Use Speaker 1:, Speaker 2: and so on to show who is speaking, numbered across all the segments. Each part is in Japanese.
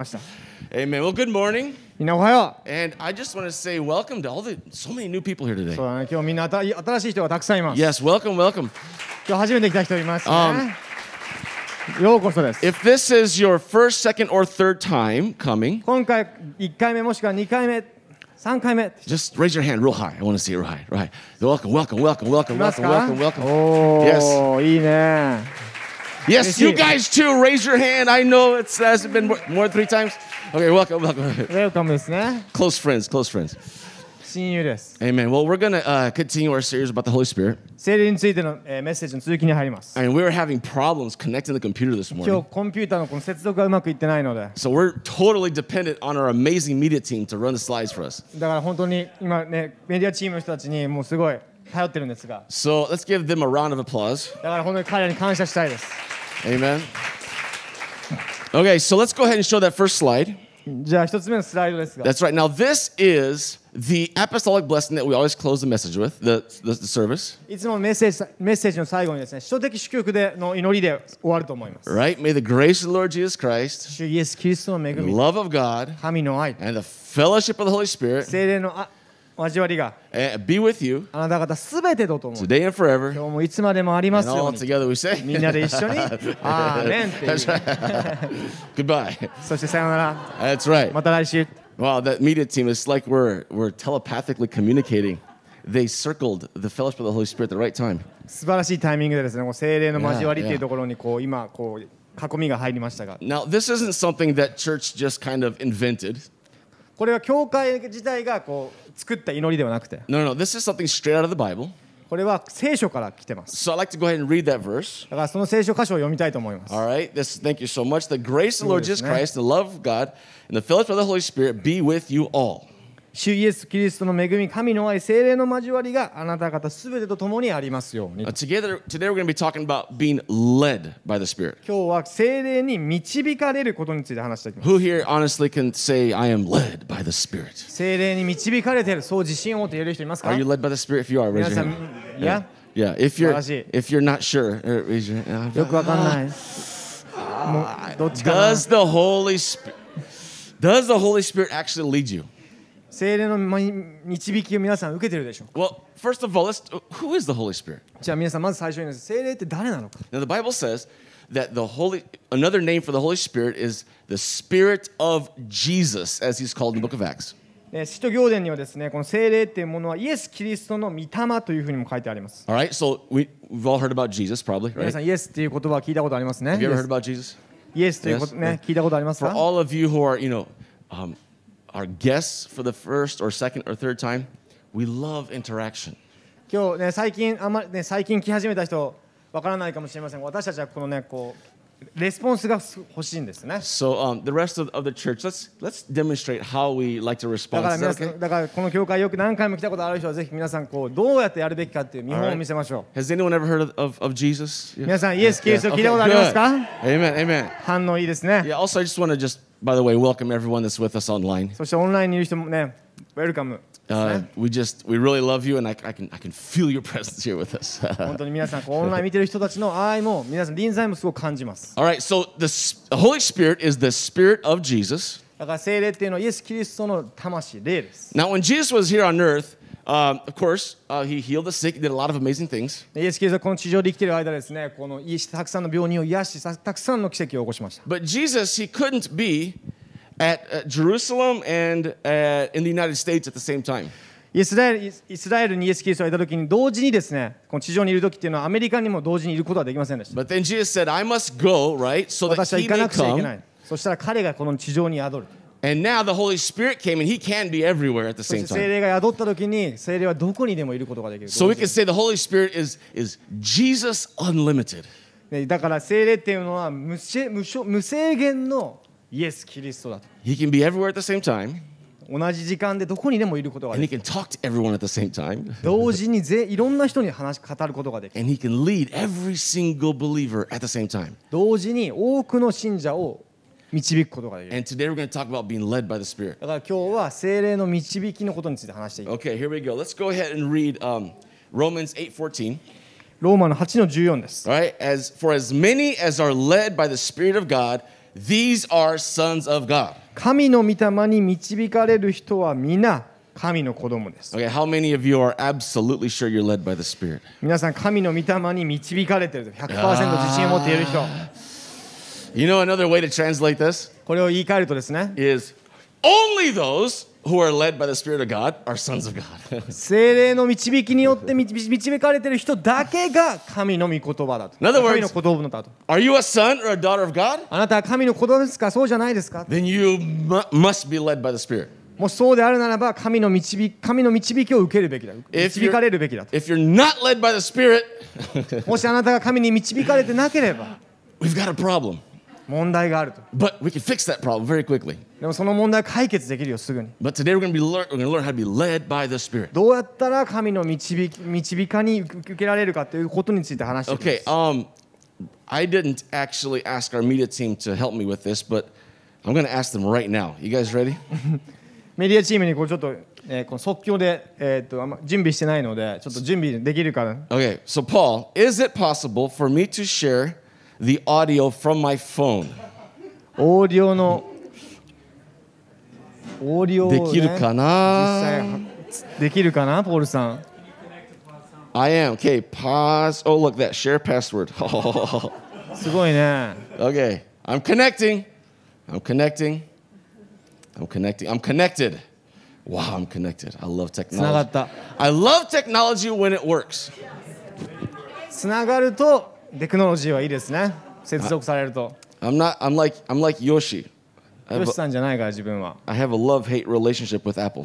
Speaker 1: ました。
Speaker 2: Amen. Well, good morning.
Speaker 1: みんなおはよ
Speaker 2: And I just want to say welcome to all the so many new people here
Speaker 1: う。
Speaker 2: today.
Speaker 1: そうだね、今日みんなあた新しい人がたくさんいます。
Speaker 2: Yes, welcome, welcome.
Speaker 1: 今日初めて来た人いますね。ようこそです。
Speaker 2: If this is your first, second, or third time coming,
Speaker 1: 今回1回目もしくは2回目、3回目って
Speaker 2: just raise your hand real high. I want to see it real high. Right. Welcome, welcome, welcome,
Speaker 1: い
Speaker 2: welcome,
Speaker 1: ますか
Speaker 2: welcome, welcome, welcome.
Speaker 1: おー、いいね。
Speaker 2: Yes, you guys too. Raise your hand. I know it's has it been more, more than three times. Okay, welcome, welcome.
Speaker 1: ウェルカムですね。
Speaker 2: close friends, close friends.
Speaker 1: 親友です。
Speaker 2: Amen. Well, we're gonna uh, continue our series about the Holy Spirit.
Speaker 1: 生理についての、えーメッセージの続きに入ります。
Speaker 2: I mean, we were having problems connecting the computer this
Speaker 1: 今
Speaker 2: morning.
Speaker 1: 日コンピューターのこの接続がうまくいってないので、
Speaker 2: So we're totally dependent on our amazing media team to run the slides for us.
Speaker 1: だから本当に今ね、メディアチームの人たちにもうすごい頼ってるんですが、
Speaker 2: So let's give them a round of applause.
Speaker 1: だから本当に彼らに感謝したいです。
Speaker 2: Amen. Okay, so let's go ahead and show that first slide.
Speaker 1: じゃあ一つ目のスライドですが、
Speaker 2: That's right. Now, this is the apostolic blessing that we always close the message with, the, the, the service,
Speaker 1: いつもメッセージメッセージの最後にですね、首都的祝福での祈りで終わると思います。
Speaker 2: right? May the grace of the Lord Jesus Christ,
Speaker 1: 主イエス・キリストの恵
Speaker 2: the
Speaker 1: み、
Speaker 2: love of God,
Speaker 1: 神の愛、
Speaker 2: and the fellowship of the Holy Spirit
Speaker 1: 精霊のあ交わりが
Speaker 2: eh, be with you
Speaker 1: あなた方すべてとともに、
Speaker 2: today and forever.
Speaker 1: 今日もいつまでもあります
Speaker 2: And
Speaker 1: よう
Speaker 2: all
Speaker 1: に。
Speaker 2: together we say,
Speaker 1: みんなで一緒に、アーメンっていう
Speaker 2: That's right. Goodbye.
Speaker 1: そしてさようなら、
Speaker 2: That's right.
Speaker 1: また来週。
Speaker 2: Wow, that media team, it's like we're, we're telepathically communicating. They circled the fellowship of the Holy Spirit at the right time.
Speaker 1: 素晴らしいタイミングでですね、こう精霊の交わりってい
Speaker 2: Yeah, yeah.
Speaker 1: うところにこう今こう囲みが入りましたが、
Speaker 2: Now, this isn't something that church just kind of invented.
Speaker 1: これは教会自体がこう作った祈りではなくて、
Speaker 2: No, no, no. This is something straight out of the Bible.
Speaker 1: これは聖書から来てます。
Speaker 2: So I'd like to go ahead and read that verse.
Speaker 1: だからその聖書箇所を読みたいと思います。
Speaker 2: All right. This, thank you so much. The grace of the Lord Jesus
Speaker 1: Yes, man.
Speaker 2: Christ, the love of God, and the fellowship of the Holy Spirit be with you all.
Speaker 1: 主イエス・キリストの恵み、神の愛、聖霊の交わりがあなた方すべてと共にありますように
Speaker 2: Now,。together, today we're going to be talking about being led by the Spirit.
Speaker 1: 今日は聖霊に導かれることについて話していきます。
Speaker 2: Who here honestly can say, I am led by the Spirit?
Speaker 1: 聖霊に導かれている、そう自信を持って言える人いますか
Speaker 2: Are you led by the Spirit? If you are,
Speaker 1: 皆
Speaker 2: raise your
Speaker 1: さん
Speaker 2: hand.、
Speaker 1: いや、
Speaker 2: Yeah, if you're
Speaker 1: Warashi.
Speaker 2: if you're not sure, uh, raise your hand.
Speaker 1: よくわかんない。もうどっちかな
Speaker 2: Does the Holy Spirit does the Holy Spirit actually lead you?
Speaker 1: 聖霊のま導きを皆さん受けてるでしょうか
Speaker 2: Well, first of all, let's, who is the Holy Spirit?
Speaker 1: じゃあ皆さんまず最初に聖霊って誰なのか
Speaker 2: Now the Bible says that the Holy another name for the Holy Spirit is the Spirit of Jesus, as he's called in the Book of Acts.
Speaker 1: えー使徒行伝にはですねこの聖霊っていうものはイエス・キリストの御霊というふうにも書いてあります
Speaker 2: All right, so we we've all heard about Jesus, probably,
Speaker 1: 皆
Speaker 2: right?
Speaker 1: さ
Speaker 2: Have
Speaker 1: んイエスっていう言葉は聞いたことありますね
Speaker 2: you ever heard about Jesus?
Speaker 1: イエスということね
Speaker 2: Yes.
Speaker 1: 聞いたことあります
Speaker 2: For
Speaker 1: か
Speaker 2: all of you who are, you know, um, our guests for the first or second or third time, we love interaction.
Speaker 1: 今日ね最近あんまりね最近来始めた人わからないかもしれませんが私たちはこのねこうレスポンスが欲しいんですね
Speaker 2: So um, the rest of, of the church, let's let's demonstrate how we like to
Speaker 1: だ
Speaker 2: respond.
Speaker 1: から
Speaker 2: Is
Speaker 1: 皆
Speaker 2: that
Speaker 1: さ
Speaker 2: okay?
Speaker 1: んだからこの教会よく何回も来たことある人はぜひ皆さんこうどうやってやるべきかっていう見
Speaker 2: All
Speaker 1: 本を
Speaker 2: right.
Speaker 1: 見せましょう
Speaker 2: Has anyone ever heard of, of, of Jesus? Yeah.
Speaker 1: 皆さんイエス・キリスト
Speaker 2: Yeah.
Speaker 1: 聞いたことあ
Speaker 2: Okay,
Speaker 1: ります
Speaker 2: good.
Speaker 1: か、
Speaker 2: Amen. Amen.
Speaker 1: 反応いいですね
Speaker 2: Yeah. Also, I just want to just, by the way, welcome everyone that's with us online.
Speaker 1: そしてオンラインにいる人もね、ウェルカムです
Speaker 2: Uh,
Speaker 1: ね。
Speaker 2: we just we really love you, and I, I can I can feel your presence here with us.
Speaker 1: 本当に皆さん、こうオンライン見てる人たちの愛も、皆さん、臨在もすごく感じます。
Speaker 2: All right. So the, s- the Holy Spirit is the Spirit of Jesus.
Speaker 1: だから聖霊っていうのはイエス・キリストの魂、霊です。
Speaker 2: Now, when Jesus was here on earth, um, of course, uh, he healed the sick, he did a lot of amazing things.
Speaker 1: でイエス・キリストはこの地上で生きてる間ですね、このいたくさんの病人を癒し、さたくさんの奇跡を起こしました。
Speaker 2: But Jesus, he couldn't be at, at Jerusalem and at, in the United States at the same time.
Speaker 1: イスラエルイスイスラエルにイエス・キリストがいた時に、同時にですね、この地上にいる時っていうのは、アメリカにも同時にいることはできませんでした。
Speaker 2: But then Jesus said, I must go, right? So that
Speaker 1: 私は行
Speaker 2: he
Speaker 1: か
Speaker 2: may
Speaker 1: なくちゃいけな
Speaker 2: come.
Speaker 1: い。そしたら彼がこの地上に宿る。
Speaker 2: And now the Holy Spirit came and he can be everywhere at the
Speaker 1: そし
Speaker 2: same
Speaker 1: て聖
Speaker 2: time.
Speaker 1: 霊が宿った時に、聖霊はどこにでもいることができる。
Speaker 2: So we can say the Holy Spirit is, is Jesus unlimited.
Speaker 1: ね、だから聖霊っていうのは無制無償無制限のイエス・キリストだと
Speaker 2: He can be everywhere at the same time
Speaker 1: 同じ時間でどこにでもいることがで
Speaker 2: and he
Speaker 1: きる
Speaker 2: can talk to everyone at the same time
Speaker 1: 同時にぜいろんな人に話し語ることができる
Speaker 2: and he can lead every single believer at the same time.
Speaker 1: 同時に多くの信者を導くことができる
Speaker 2: And today we're going to talk about being led by the Spirit.
Speaker 1: だから今日は聖霊の導きのことについて話していく
Speaker 2: Okay, here we go. Let's go ahead and read um, Romans 8:14.
Speaker 1: ローマの8の14です
Speaker 2: All right, as for as many as are led by the Spirit of God, These are sons of God.
Speaker 1: 神の御霊に導かれる人は皆神の子供です
Speaker 2: Okay, how many of you are absolutely sure you're led by the Spirit?
Speaker 1: 皆さん神の御霊に導かれている100%自信を持っている人
Speaker 2: You know another way to translate this
Speaker 1: これを言い換えるとですね
Speaker 2: is only those who are led by the Spirit of God are sons of God.
Speaker 1: 精霊の導きによって導導かれている人だけが神の御言葉だと
Speaker 2: In other words-
Speaker 1: 神の言葉だと
Speaker 2: are you a son or a daughter of God?
Speaker 1: あなたは神の子供ですかそうじゃないですか
Speaker 2: Then you mu- must be led by the Spirit.
Speaker 1: もしそうであるならば神の導き神の導きを受けるべきだ
Speaker 2: If
Speaker 1: 導
Speaker 2: you're-
Speaker 1: かれるべきだと
Speaker 2: If you're not led by the Spirit,
Speaker 1: もしあなたが神に導かれてなければ
Speaker 2: we've got a problem.
Speaker 1: 問題があると
Speaker 2: But we can fix that problem very quickly.
Speaker 1: でもその問題は解決できるよすぐに
Speaker 2: But today we're going to be lear- we're going to learn how to be led by the Spirit.
Speaker 1: どうやったら神の導き導かに受受けられるかということについて話していきます
Speaker 2: Okay, um, I didn't actually ask our media team to help me with this, but I'm going to ask them right now. You guys ready?
Speaker 1: メディアチームにこうちょっと、えーこの即興で、えーっとあんま準備してないのでちょっと準備できるから、
Speaker 2: Okay, so Paul, is it possible for me to share the audio from my phone?
Speaker 1: オーディオのオーディオを、ね、
Speaker 2: できるかな
Speaker 1: 実際はできるかなポールさん
Speaker 2: I am. Okay, pause. Oh, look that share password.
Speaker 1: すごいね
Speaker 2: okay, I'm connecting. I'm connecting. I'm connecting. I'm connected. Wow, I'm connected. I love
Speaker 1: 繋が
Speaker 2: technology.
Speaker 1: った
Speaker 2: I love technology when it works.
Speaker 1: つながるとテクノロジーはいいですね接続されると
Speaker 2: I'm not. I'm like. I'm like Yoshi. I
Speaker 1: よ
Speaker 2: have
Speaker 1: し
Speaker 2: a,
Speaker 1: さんじゃないから自分は
Speaker 2: I have a love-hate relationship with Apple.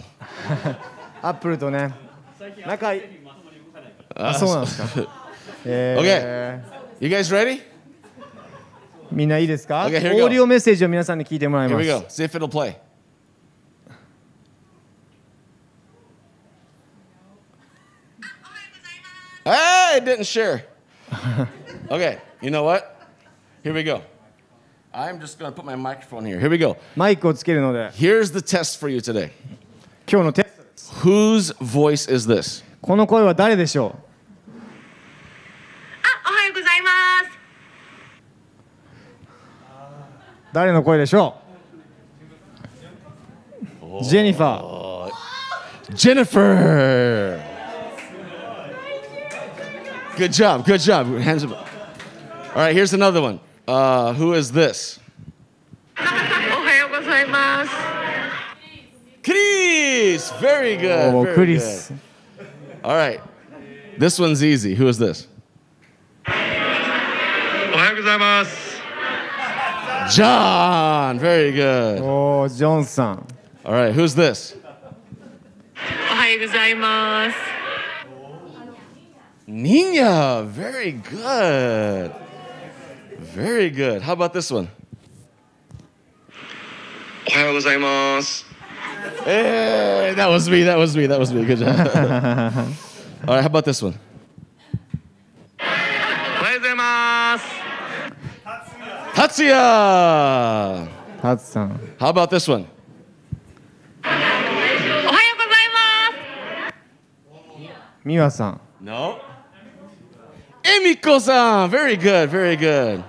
Speaker 1: アップルとね仲いいあそうなんです かえー
Speaker 2: You guys ready?
Speaker 1: みんないいですか、
Speaker 2: Okay, here we go.
Speaker 1: オーディオメッセージを皆さんに聞いてもらい
Speaker 2: Here
Speaker 1: ま
Speaker 2: we
Speaker 1: す
Speaker 2: go. See if it'll play. Hey, it didn't share. okay, you know what? Here we go. I'm just gonna put my microphone here. Here we go.
Speaker 1: マイクをつけるので
Speaker 2: Here's the test for you today.
Speaker 1: 今日のテストです
Speaker 2: Whose voice is this?
Speaker 1: この声は誰でしょ
Speaker 3: あ、おはようございます。
Speaker 1: う誰の声でしょうジェニファー
Speaker 2: Jennifer. Good job. Good job. Hands up. All right. Here's another one. Uh, who is this?
Speaker 3: おはようございます。
Speaker 2: Chris. Very good.
Speaker 1: お
Speaker 2: very
Speaker 1: クリス
Speaker 2: good. All right. This one's easy. Who is this?
Speaker 4: おはようございます。
Speaker 2: John. Very good.
Speaker 1: おージョンさん
Speaker 2: All right. Who's this?
Speaker 3: おはようございます。
Speaker 2: Nina. Very good. Very good. How about this one?
Speaker 4: おはようございます。
Speaker 2: Hey, that was me. That was me. That was me. Good job. All right. How about this one?
Speaker 4: おはようございます。
Speaker 2: Tatsuya.
Speaker 1: タツさん
Speaker 2: How about this one?
Speaker 3: おはようございます。
Speaker 1: ミワさん
Speaker 2: No. Emiko-san. Very good. Very good.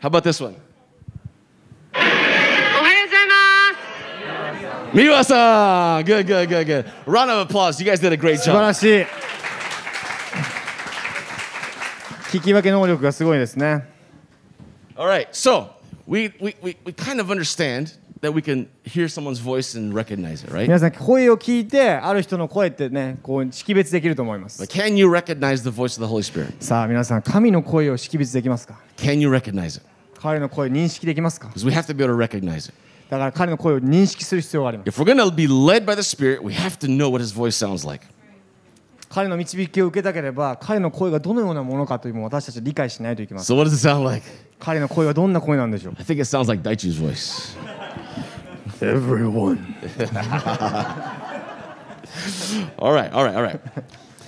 Speaker 2: How about this one?
Speaker 3: おはようございます。
Speaker 2: Miwa-san. Good, good, good, good. Round of applause. You guys did a great
Speaker 1: 素晴
Speaker 2: job.
Speaker 1: らしい聞き分け能力がすごいですね
Speaker 2: All right. So we, we, we, we kind of understand that we can hear someone's voice and recognize it, right?
Speaker 1: 皆さん声を聞いてある人の声ってねこう識別できると思います
Speaker 2: But can you recognize the voice of the Holy Spirit?
Speaker 1: さあ皆さん神の声を識別できますか
Speaker 2: Can you recognize it?
Speaker 1: 彼の声を認識できますか
Speaker 2: Because we have to be able to recognize it.
Speaker 1: だから彼の声を認識する必要があります
Speaker 2: If we're going to be led by the Spirit, we have to know what his voice sounds like.
Speaker 1: 彼の導きを受けたければ彼の声がどのようなものかというのを私たちは理解しないといけません
Speaker 2: So what does it sound like?
Speaker 1: 彼の声はどんな声なんでしょう
Speaker 2: I think it sounds like Daichi's voice.
Speaker 1: Everyone
Speaker 2: All right, all right, all right.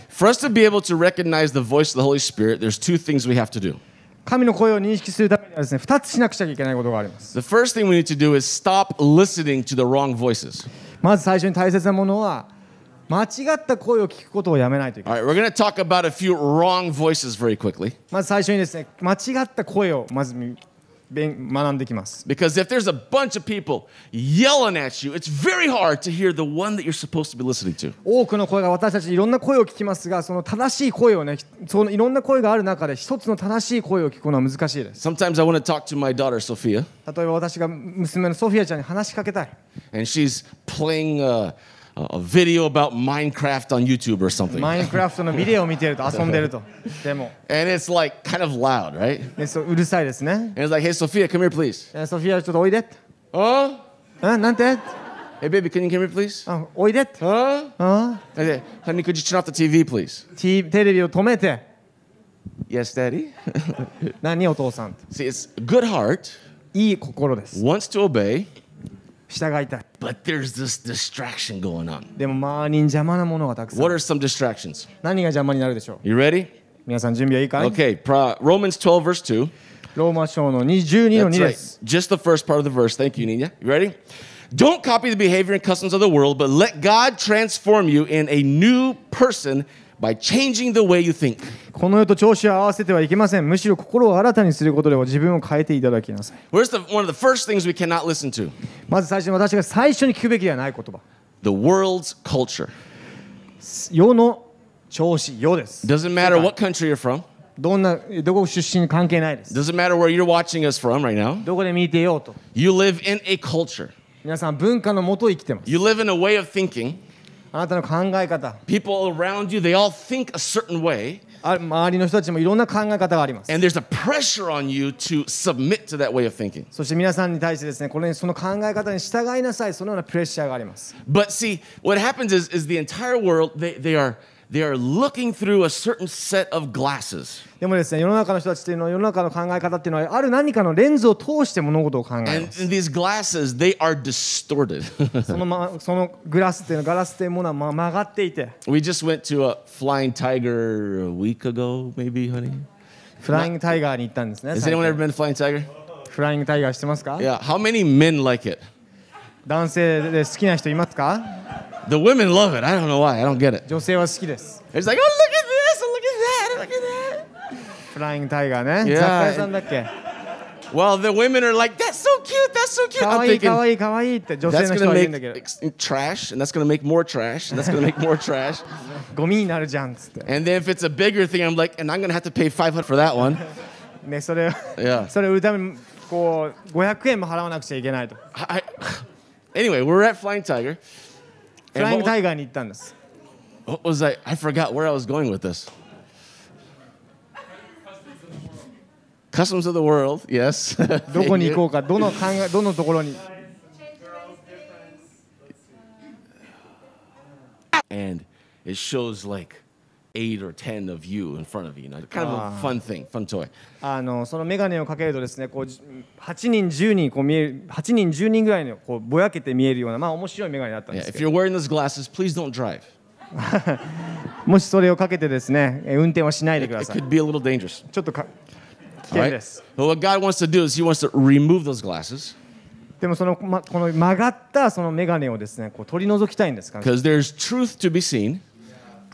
Speaker 2: For us to be able to recognize the voice of the Holy Spirit, there's two things we have to do.
Speaker 1: 神の声を認識するためにはですね2つしなくちゃいけないことがあります
Speaker 2: The first thing we need to do is stop listening to the wrong voices.
Speaker 1: まず最初に大切なものは間違った声を聞くことをやめないといけない
Speaker 2: All right, we're going to talk about a few wrong voices very quickly.
Speaker 1: まず最初にですね間違った声をまず見勉学んできます。
Speaker 2: Because if there's a bunch of people yelling at you, it's very hard to hear the one that you're supposed to be listening to.
Speaker 1: 多くの声が私たちいろんな声を聞きますが、その正しい声をね、そのいろんな声がある中で一つの正しい声を聞くのは難しいです。
Speaker 2: Sometimes I want to talk to my daughter, Sophia,
Speaker 1: 例えば私が娘のソフィアちゃんに話しかけたい。
Speaker 2: and she's playing a, a video about Minecraft on YouTube or something.
Speaker 1: マインクラフトのビデオを見てると遊んでると。でも、
Speaker 2: and it's like kind of loud, right?
Speaker 1: ね、そううるさいですね。
Speaker 2: And it's like, hey, Sophia, come here, please.
Speaker 1: えーソフィアちょっとおいでって。
Speaker 2: Huh?
Speaker 1: うん、なんて
Speaker 2: Hey, baby, can you come here, please?
Speaker 1: あおいでって。
Speaker 2: Huh?
Speaker 1: あ
Speaker 2: I said, Honey, could you turn off the TV, please?
Speaker 1: ー T- テレビを止めて。
Speaker 2: Yes, daddy.
Speaker 1: 何お父さんって
Speaker 2: See, it's good heart,
Speaker 1: いい心です。
Speaker 2: wants to obey,
Speaker 1: 従いたい。
Speaker 2: but there's this distraction going on.
Speaker 1: でも周りに邪魔なものがたくさん
Speaker 2: What。are some distractions?
Speaker 1: 何が邪魔になるでしょう
Speaker 2: You ready?
Speaker 1: 皆さん準備はいいかい
Speaker 2: Okay, pro- Romans 12, verse 2.
Speaker 1: ローマ章の22の2
Speaker 2: That's
Speaker 1: で
Speaker 2: right.
Speaker 1: す。
Speaker 2: Just the first part of the verse. Thank you, Nina. You ready? Don't copy the behavior and customs of the world, but let God transform you in a new person by changing the way you think.
Speaker 1: この世と調子を合わせてはいけません。むしろ心を新たにすることでは自分を変えていただきなさい。
Speaker 2: Where's the one of the first things we cannot listen to?
Speaker 1: まず最初に私が最初に聞くべきではない言葉。
Speaker 2: The world's culture.
Speaker 1: 世の調子、世です。
Speaker 2: Doesn't matter what country you're from.
Speaker 1: どんな、どこ出身に関係ないです。
Speaker 2: Doesn't matter where you're watching us from right now.
Speaker 1: どこで見ていようと。
Speaker 2: You live in a culture.
Speaker 1: 皆さん文化のもと生きてます。
Speaker 2: You live in a way of thinking.
Speaker 1: あなたの考え方、
Speaker 2: People around you, they all think a certain way,
Speaker 1: あ周りの人たちもいろんな考え方があります。
Speaker 2: and there's a pressure on you to submit to that way of thinking.
Speaker 1: そして皆さんに対してですね、これにその考え方に従いなさい、そのようなプレッシャーがあります。
Speaker 2: But see, what happens is, is the entire world, they, they, are, they are looking through a certain set of glasses.
Speaker 1: でもですね、世の中の人たちっていうのは、世の中の考え方っていうのは、ある何かのレンズを通して物事を考えます
Speaker 2: And,。and these glasses, they are distorted.
Speaker 1: その,、ま、そのグラスっていうのガラスっていうものは、ま、曲がっていて
Speaker 2: we just went to a Flying Tiger a week ago, maybe, honey.
Speaker 1: フライングタイガーに行ったんですね
Speaker 2: Has
Speaker 1: 最
Speaker 2: anyone
Speaker 1: 近
Speaker 2: ever been to Flying Tiger?
Speaker 1: フライングタイガーしてますか
Speaker 2: Yeah. How many men like it?
Speaker 1: 男性で好きな人いますか
Speaker 2: The women love it. I don't know why. I don't get it.
Speaker 1: 女性は好きです
Speaker 2: It's like, oh, look at this, and look at that, and look at
Speaker 1: フライングタイガーね雑
Speaker 2: Yeah.
Speaker 1: 貨屋さんだっけ
Speaker 2: that. Well, the women are like, that's so cute, that's so cute.
Speaker 1: か
Speaker 2: I'm
Speaker 1: わいいか
Speaker 2: thinking,
Speaker 1: わいいかわいいって女性
Speaker 2: that's
Speaker 1: の人
Speaker 2: going
Speaker 1: は言う
Speaker 2: to
Speaker 1: んだけど
Speaker 2: make ex- trash, and that's going to make more trash, and that's going to make more trash.
Speaker 1: ゴミになるじゃんっつって
Speaker 2: And then if it's a bigger thing, I'm like, and I'm gonna have to pay 500 for that one.
Speaker 1: ねそれを
Speaker 2: Yeah.
Speaker 1: それを売るためにこう500円も払わなくちゃいけないとフ
Speaker 2: I, anyway, we're at Flying Tiger.
Speaker 1: ライング
Speaker 2: what,
Speaker 1: タ
Speaker 2: was,
Speaker 1: イガーに行ったんです
Speaker 2: what was I? I forgot where I was going with this. Customs of the world, yes.
Speaker 1: どこ
Speaker 2: Thank
Speaker 1: に行こ
Speaker 2: you.
Speaker 1: うかどの考えどのところに
Speaker 2: and it shows like eight or ten of you in front of you. you know, kind of a fun thing, fun toy.
Speaker 1: あのその眼鏡をかけるとですねこうじ8人10人こう見える8人10人ぐらいのこうぼやけて見えるようなまあ面白い眼鏡だったん
Speaker 2: Yeah,
Speaker 1: ですけど
Speaker 2: if you're wearing those glasses, please don't drive.
Speaker 1: もしそれをかけてですねえ運転はしないで
Speaker 2: It,
Speaker 1: くだ
Speaker 2: it
Speaker 1: さい
Speaker 2: could be a little dangerous.
Speaker 1: ちょっとか危険
Speaker 2: All right?
Speaker 1: です、
Speaker 2: But what God wants to do is He wants to remove those glasses
Speaker 1: でもその、ま、この曲がったその眼鏡をですねこう取り除きたいんですから
Speaker 2: because there's truth to be seen.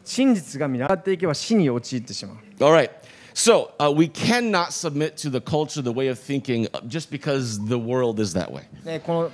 Speaker 1: 真実が見習っていけば死に陥ってしまう
Speaker 2: All right. So uh, we cannot submit to the culture, the way of thinking, uh, just because the world is that way.
Speaker 1: ねこの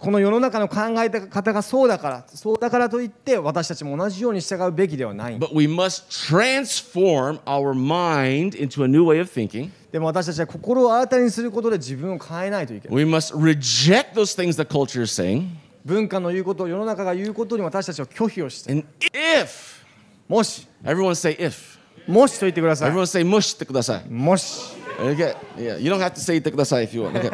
Speaker 1: この世の中の考え方がそうだからそうだからといって私たちも同じように従うべきではないんだ
Speaker 2: But we must transform our mind into a new way of thinking.
Speaker 1: でも私たちは心を新たにすることで自分を変えないといけない
Speaker 2: We must reject those things the culture is saying.
Speaker 1: 文化の言うことを世の中が言うことに私たちは拒否をして
Speaker 2: And if,
Speaker 1: もし
Speaker 2: everyone say if.
Speaker 1: もしと言ってください
Speaker 2: Everyone say mush してください.
Speaker 1: もし
Speaker 2: Okay. Yeah. You don't have to say 言ってください if you want. Okay.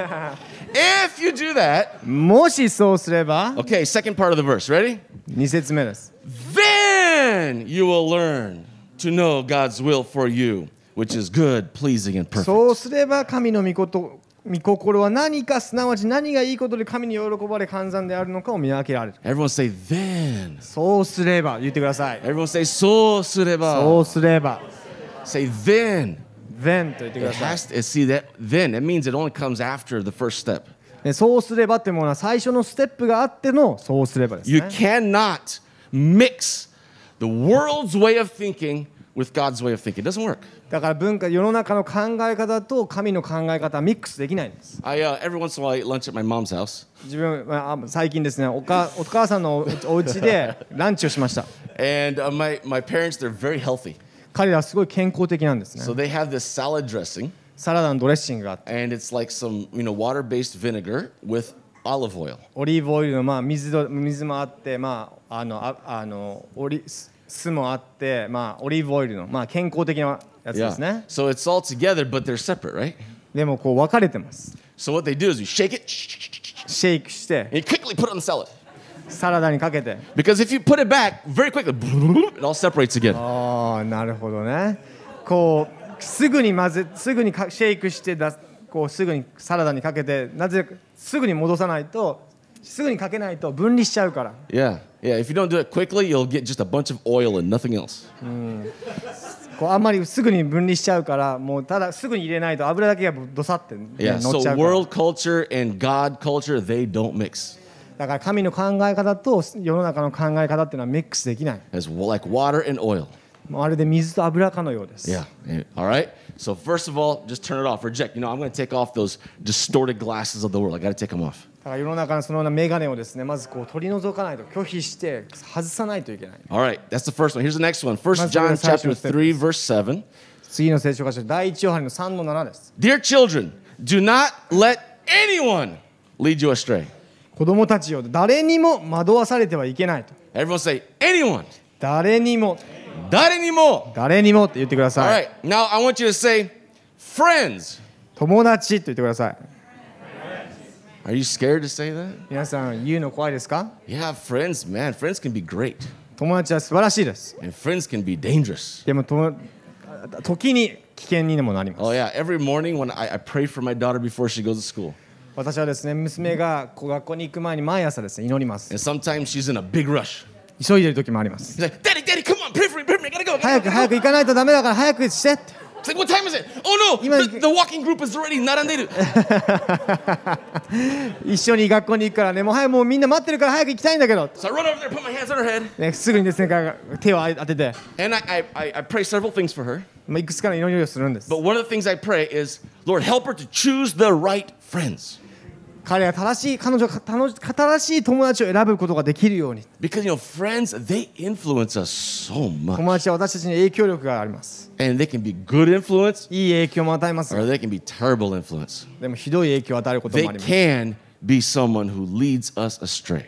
Speaker 2: if you do that.
Speaker 1: もしそうすれば
Speaker 2: Okay. Second part of the verse. Ready?
Speaker 1: 2節目です
Speaker 2: then you will learn to know God's will for you, which is good, pleasing, and perfect.
Speaker 1: そうすれば神の御こと御心は何かすなわち何がいいことで神に喜ばれ換算であるのかを見分けられる
Speaker 2: Everyone say then.
Speaker 1: そうすれば言ってください
Speaker 2: Everyone say so
Speaker 1: そ
Speaker 2: sureba.
Speaker 1: うすれば
Speaker 2: Say then.
Speaker 1: then と言ってく
Speaker 2: It
Speaker 1: ださい
Speaker 2: has to see that then. It means it only comes after the first step.
Speaker 1: ねそうすればってものは最初のステップがあってのそうすればです
Speaker 2: You
Speaker 1: ね
Speaker 2: cannot mix the world's way of thinking with God's way of thinking. It doesn't work.
Speaker 1: だから文化世の中の考え方と神の考え方はミックスできないんです
Speaker 2: I uh, every once in a while I eat lunch at my mom's house,
Speaker 1: 自分あ最近ですねおかお母さんのおお家でランチをしました
Speaker 2: and uh, my my parents they're very healthy,
Speaker 1: 彼らはすごい健康的なんですね
Speaker 2: so they have this salad dressing,
Speaker 1: サラダのドレッシングがあって
Speaker 2: and it's like some you know water-based vinegar with olive oil.
Speaker 1: オリーブオイルのまあ水ど水もあってまああのああのオリ酢酢もあってまあオリーブオイルのまあ健康的なやつですね
Speaker 2: So it's all together, but they're separate, right?
Speaker 1: でもこう分かれてます
Speaker 2: So what they do is you shake it,
Speaker 1: シェイクして
Speaker 2: and you quickly put it on the salad.
Speaker 1: サラダにかけて
Speaker 2: Because if you put it back very quickly, it all separates again.
Speaker 1: ああなるほどねこうすぐに混ぜすぐにかシェイクしてだこうすぐにサラダにかけてなぜすぐに戻さないとすぐにかけないと分離しちゃうから
Speaker 2: Yeah, yeah. If you don't do it quickly, you'll get just a bunch of oil and nothing else.
Speaker 1: こうあんまりすぐに分離しちゃうからもうただすぐに入れないと油だけがどさって、ね
Speaker 2: Yeah.
Speaker 1: 乗っちゃ
Speaker 2: So
Speaker 1: うから
Speaker 2: world culture and God culture, they don't mix.
Speaker 1: だから神の考え方と世の中の考え方っていうのはミックスできない
Speaker 2: It's like water and oil.
Speaker 1: まるで水と油かのようです、
Speaker 2: Yeah. yeah. All right. So first of all, just turn it off. Reject. You know, I'm going to take off those distorted glasses of the world. I got to take them off.
Speaker 1: だから世の中のそのようなメガネをですねまずこう取り除かないと拒否して外さないといけない
Speaker 2: All right. That's the first one. Here's the next one. First
Speaker 1: Mas-
Speaker 2: John
Speaker 1: mas-
Speaker 2: chapter
Speaker 1: mas-
Speaker 2: three, verse seven.
Speaker 1: 次の聖書箇所第一ヨハネの3の7です
Speaker 2: Dear children, do not let anyone lead you astray.
Speaker 1: 子供たちよ誰にも惑わされてはいけないと
Speaker 2: Everyone say anyone.
Speaker 1: 誰にも
Speaker 2: Not anymore.
Speaker 1: 誰にもって言ってください、
Speaker 2: All right. Now I want you to say friends.
Speaker 1: 友達と言ってください
Speaker 2: Are you scared to say that?
Speaker 1: 皆さん言うの怖いですか
Speaker 2: Yeah, friends, man. Friends can be great,
Speaker 1: 友達は素晴らしいです
Speaker 2: and friends can be dangerous.
Speaker 1: でもとも時に危険にでもなります
Speaker 2: Oh yeah. Every morning when I, I pray for my daughter before she goes to school,
Speaker 1: 私はですね娘がこう学校に行く前に毎朝ですね祈ります
Speaker 2: and sometimes she's in a big rush.
Speaker 1: 急いでる時もあります
Speaker 2: She's like, "Daddy, Daddy, come on, pray for me, pray for me. I gotta go." I
Speaker 1: 早
Speaker 2: gotta
Speaker 1: く
Speaker 2: go."
Speaker 1: 早く行かないとダメだから早くしてって
Speaker 2: It's like, "What time is it? Oh no,
Speaker 1: Ima-
Speaker 2: the, the walking group is already not on native.
Speaker 1: 一緒に学校に行くからねもう早くもうみんな待ってるから早く行きたいんだけど、
Speaker 2: So I run over there, put my hands on her head,
Speaker 1: ね、すぐにですねが手を当てて、
Speaker 2: and I, I, I, I pray several things for her.
Speaker 1: まあ、いくつかの祈りをするんです
Speaker 2: But one of the things I pray is, Lord, help her to choose the right friends.
Speaker 1: 彼が正しい彼女が正し正しい友達を選ぶことができるように
Speaker 2: Because you know, friends, they influence us so much.
Speaker 1: 友達は私たちに影響力があります
Speaker 2: And they can be good influence
Speaker 1: いい影響も与えます
Speaker 2: or they can be terrible influence.
Speaker 1: でもひどい影響を与えること
Speaker 2: They
Speaker 1: もあります
Speaker 2: can be someone who leads us astray.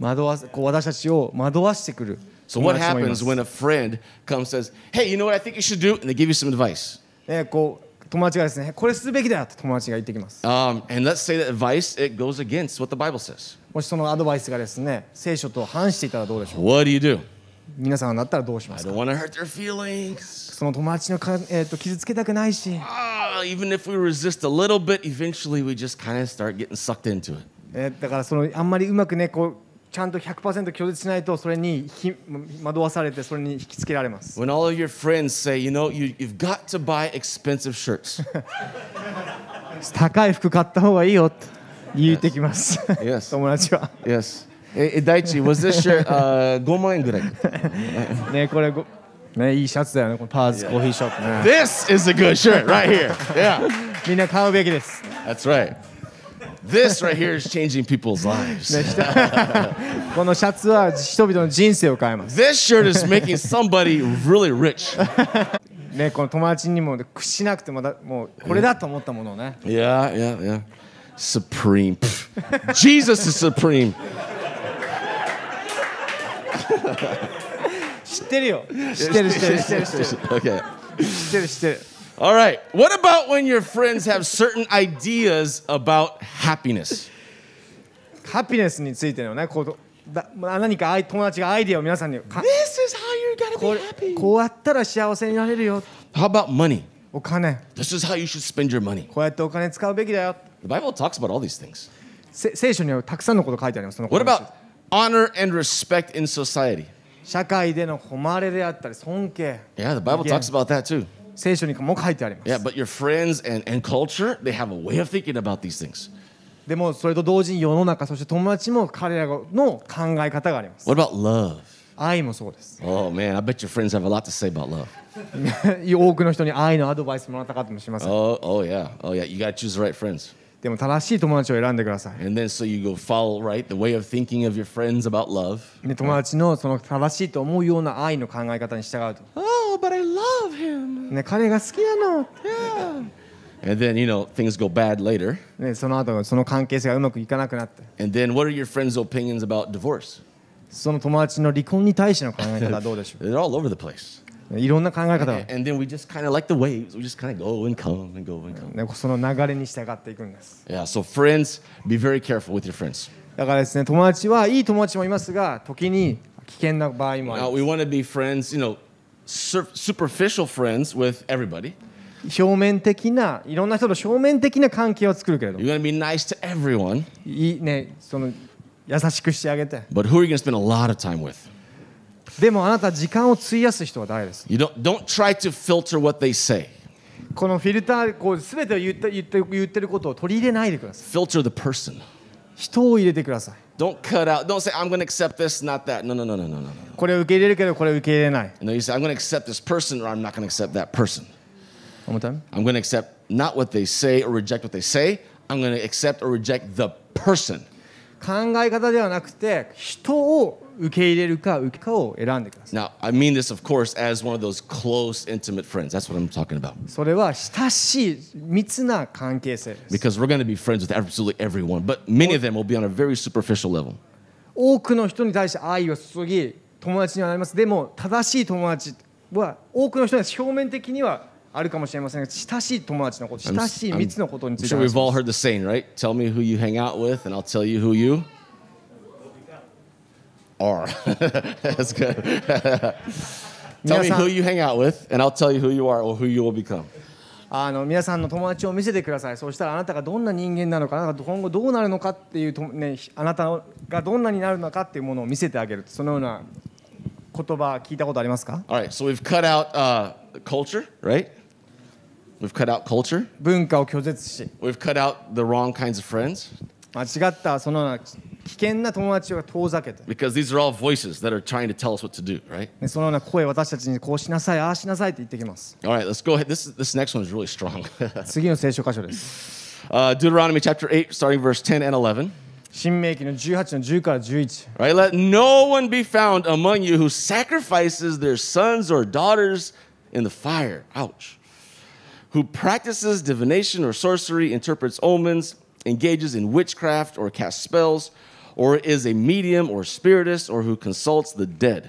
Speaker 1: 惑わせこう私たちを惑わしてくる
Speaker 2: So
Speaker 1: 友
Speaker 2: what
Speaker 1: 達もいま
Speaker 2: happens
Speaker 1: す
Speaker 2: when a friend comes says, "Hey, you know what I think you should do?" and they give you some advice.
Speaker 1: ね、こう友達がですねこれするべきだよと友達が言ってきます
Speaker 2: Um, and let's say that advice it goes against what the Bible says.
Speaker 1: もしそのアドバイスがですね聖書と反していたらどうでしょう
Speaker 2: What do you do?
Speaker 1: 皆さんはなったらどうしま
Speaker 2: I
Speaker 1: すか
Speaker 2: don't want to hurt their feelings.
Speaker 1: その友達のか、えー、と傷つけたくないし、
Speaker 2: Ah, even if we resist a little bit, eventually we just kind of start getting sucked into it.
Speaker 1: えーだからそのあんまりうまくねこうちゃんと100%拒絶しないとそれに引き惑わされてそれに引きつけられます
Speaker 2: When all of your friends say, you know, you, you've got to buy expensive shirts.
Speaker 1: 高い服買った方がいいよって言ってきます、
Speaker 2: Yes.
Speaker 1: 友達は
Speaker 2: yes. Hey, hey, Daichi, was this shirt uh, 5万円ぐらい?
Speaker 1: ねこれごねいいシャツだよねこのパーズコーヒーショップね
Speaker 2: This is a good shirt right here. Yeah,
Speaker 1: みんな買うべきです、
Speaker 2: that's right. This right here is changing people's lives.
Speaker 1: ね人このシャツは人々の人生を変えます
Speaker 2: This shirt is making somebody really rich.
Speaker 1: ねこの友達にも屈しなくてもだもうこれだと思ったものをね
Speaker 2: Yeah, yeah, yeah. Supreme. Pff, Jesus is supreme.
Speaker 1: 知ってるよ知ってる知ってる知ってる知ってる
Speaker 2: Okay.
Speaker 1: 知ってる知ってる
Speaker 2: All right. What about when your friends have certain ideas about happiness?
Speaker 1: ハピネスについてのねこうだま何かアイ友達がアイディアを皆さんにか
Speaker 2: This is how you gotta
Speaker 1: これこうやったら幸せになれるよ
Speaker 2: How about money?
Speaker 1: お金
Speaker 2: This is how you should spend your money.
Speaker 1: こうやってお金使うべきだよ
Speaker 2: The Bible talks about all these things.
Speaker 1: せ聖書にはたくさんのこと書いてありますその
Speaker 2: What
Speaker 1: ことについ
Speaker 2: about honor and respect in society?
Speaker 1: て社会での誉れであったり尊敬
Speaker 2: Yeah, the Bible
Speaker 1: Yeah.
Speaker 2: talks about that too.
Speaker 1: 聖書にも書いてあります
Speaker 2: Yeah, but your friends and, and culture, they have a way of thinking about these things.
Speaker 1: でもそれと同時に世の中そして友達も彼らの考え方があります
Speaker 2: What about love?
Speaker 1: 愛もそうです
Speaker 2: Oh man, I bet your friends have a lot to say about love.
Speaker 1: 多くの人に愛のアドバイスもらったかもしれません
Speaker 2: Oh, oh yeah, oh yeah. You gotta choose the right friends,
Speaker 1: でも正しい友達を選んでください
Speaker 2: and then so you go follow right the way of thinking of your friends about love.
Speaker 1: で友達のその正しいと思うような愛の考え方に従うと
Speaker 2: Oh, but I love him.
Speaker 1: ね彼が好きなの
Speaker 2: Yeah. And then you know things go bad later,
Speaker 1: ねその後その関係性がうまくいかなくなって
Speaker 2: and then what are your friends' opinions about divorce?
Speaker 1: その友達の離婚に対しての考え方はどうでしょ
Speaker 2: They're all over the place.
Speaker 1: ういろんな考え方が
Speaker 2: And then we just kind of like the waves. We just kind of go and come and go and come.
Speaker 1: ね、その流れに従っていくんです
Speaker 2: Yeah. So friends, be very careful with your friends.
Speaker 1: だからですね友達はいい友達もいますが時に危険な場合もある
Speaker 2: Now we want to be friends, you know, sur- superficial friends with everybody.
Speaker 1: 表面的ないろんな人と表面的な関係を作るけれど
Speaker 2: You're gonna be nice to everyone,
Speaker 1: いいねその優しくしてあげて
Speaker 2: but who are you gonna spend a lot of time with?
Speaker 1: でもあなた時間を費やす人は誰です
Speaker 2: You don't don't try to filter what they say.
Speaker 1: このフィルターこう全てを言って言って言ってることを取り入れないでください
Speaker 2: Filter the person.
Speaker 1: 人を入れてください
Speaker 2: Don't cut out. Don't say I'm gonna accept this, not that. No, no, no, no, no, no, no.
Speaker 1: これを受け入れるけどこれを受け入れない
Speaker 2: No, you say I'm gonna accept this person, or I'm not gonna accept that person.
Speaker 1: One more time.
Speaker 2: I'm gonna accept not what they say or reject what they say. I'm gonna accept or reject the person.
Speaker 1: 考え方ではなくて人を受け入れるか受けかを選んでください
Speaker 2: Now, I mean this, of course, as one of those close, intimate friends. That's what I'm talking about.
Speaker 1: それは親しい密な関係性です
Speaker 2: Because we're going to be friends with absolutely everyone, but many of them will be on a very superficial level.
Speaker 1: 多くの人に対して愛を注ぎ友達にはなりますでも正しい友達は多くの人には表面的にはあるかもしれませんが親しい友達のこと
Speaker 2: I'm,
Speaker 1: 親しい
Speaker 2: I'm-
Speaker 1: 密のことに
Speaker 2: I'm
Speaker 1: ついて
Speaker 2: sure
Speaker 1: 話
Speaker 2: we've
Speaker 1: しま
Speaker 2: all
Speaker 1: す
Speaker 2: heard the saying, right? Tell me who you hang out with, and I'll tell you who you are. That's good. tell me
Speaker 1: Yes, I-
Speaker 2: who you hang out with, and I'll tell you who you are or who you will become.
Speaker 1: あの皆さんの友達を見せてくださいそうしたらあなたがどんな人間なのかあなたが今後どうなるのかっていうと、ね、あなたがどんなになるのかっていうものを見せてあげるそのような言葉聞いたことありますか
Speaker 2: All right, so we've cut out uh, culture, right? We've cut out culture.
Speaker 1: 文化を拒絶し
Speaker 2: We've cut out the wrong kinds of friends
Speaker 1: 間違ったそのような危険な友達を遠ざけて
Speaker 2: because these are all voices that are trying to tell us what to do, right?
Speaker 1: ねそのような声を私たちにこうしなさいああしなさいって言ってきます
Speaker 2: All right, let's go ahead. This this next one is really strong.
Speaker 1: 次の聖書箇所です
Speaker 2: uh, Deuteronomy chapter eight, starting verse ten and eleven.
Speaker 1: 新明記の18の10から11
Speaker 2: All Right, let no one be found among you who sacrifices their sons or daughters in the fire. Ouch. Who practices divination or sorcery, interprets omens, engages in witchcraft or casts spells, or is a medium or spiritist, or who consults the dead.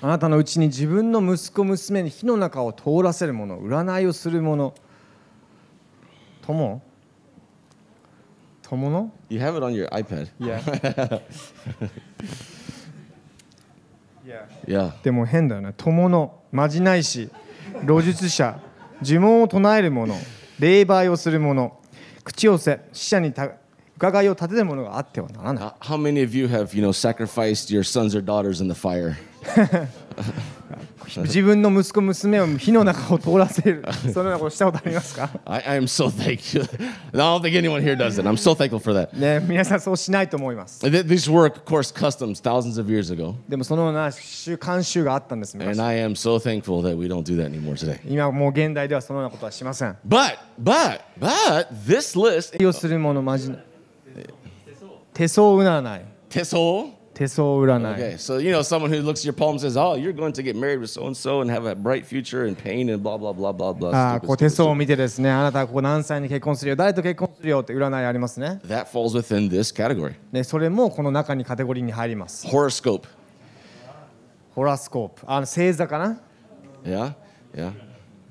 Speaker 1: あなたのうちに自分の息子娘に火の中を通らせる者占いをする者友友の
Speaker 2: You have it on your iPad.
Speaker 1: Yeah.
Speaker 2: Yeah.
Speaker 1: でも変だよね友のまじない師露術者呪文を唱える者霊媒をする者口をせ死者にた伺いを立てる者があってはならない
Speaker 2: Uh, How many of you have, you know, sacrificed your sons or daughters in the fire?
Speaker 1: 自分の息子娘を火の中を通らせるそのようなことしたことありますか
Speaker 2: I, I am so thankful. I don't think anyone here does it. I'm so thankful for that.
Speaker 1: ね皆さんそうしないと思います
Speaker 2: Th- These were, of course, customs thousands of years ago.
Speaker 1: でもそのような習慣習があったんです昔
Speaker 2: And I am so thankful that we don't do that anymore today.
Speaker 1: 今もう現代ではそのようなことはしません
Speaker 2: But, but, but this list,
Speaker 1: 利用するものまじない手相占い
Speaker 2: this whole,
Speaker 1: 手相占い、
Speaker 2: okay, so you know, someone who looks at your palm and says, Oh, you're going to get married with so and so and have a bright future and pain and blah, blah, blah, blah, blah.
Speaker 1: ああ
Speaker 2: stupid,
Speaker 1: こう手
Speaker 2: stupid,
Speaker 1: 相を
Speaker 2: stupid.
Speaker 1: 見てですねあなたはここ何歳に結婚するよ誰と結婚するよって占いありますね
Speaker 2: That falls within this category
Speaker 1: ねそれもこの中にカテゴリーに入ります
Speaker 2: horoscope.
Speaker 1: ホラスコープあの星座かな
Speaker 2: Yeah, yeah,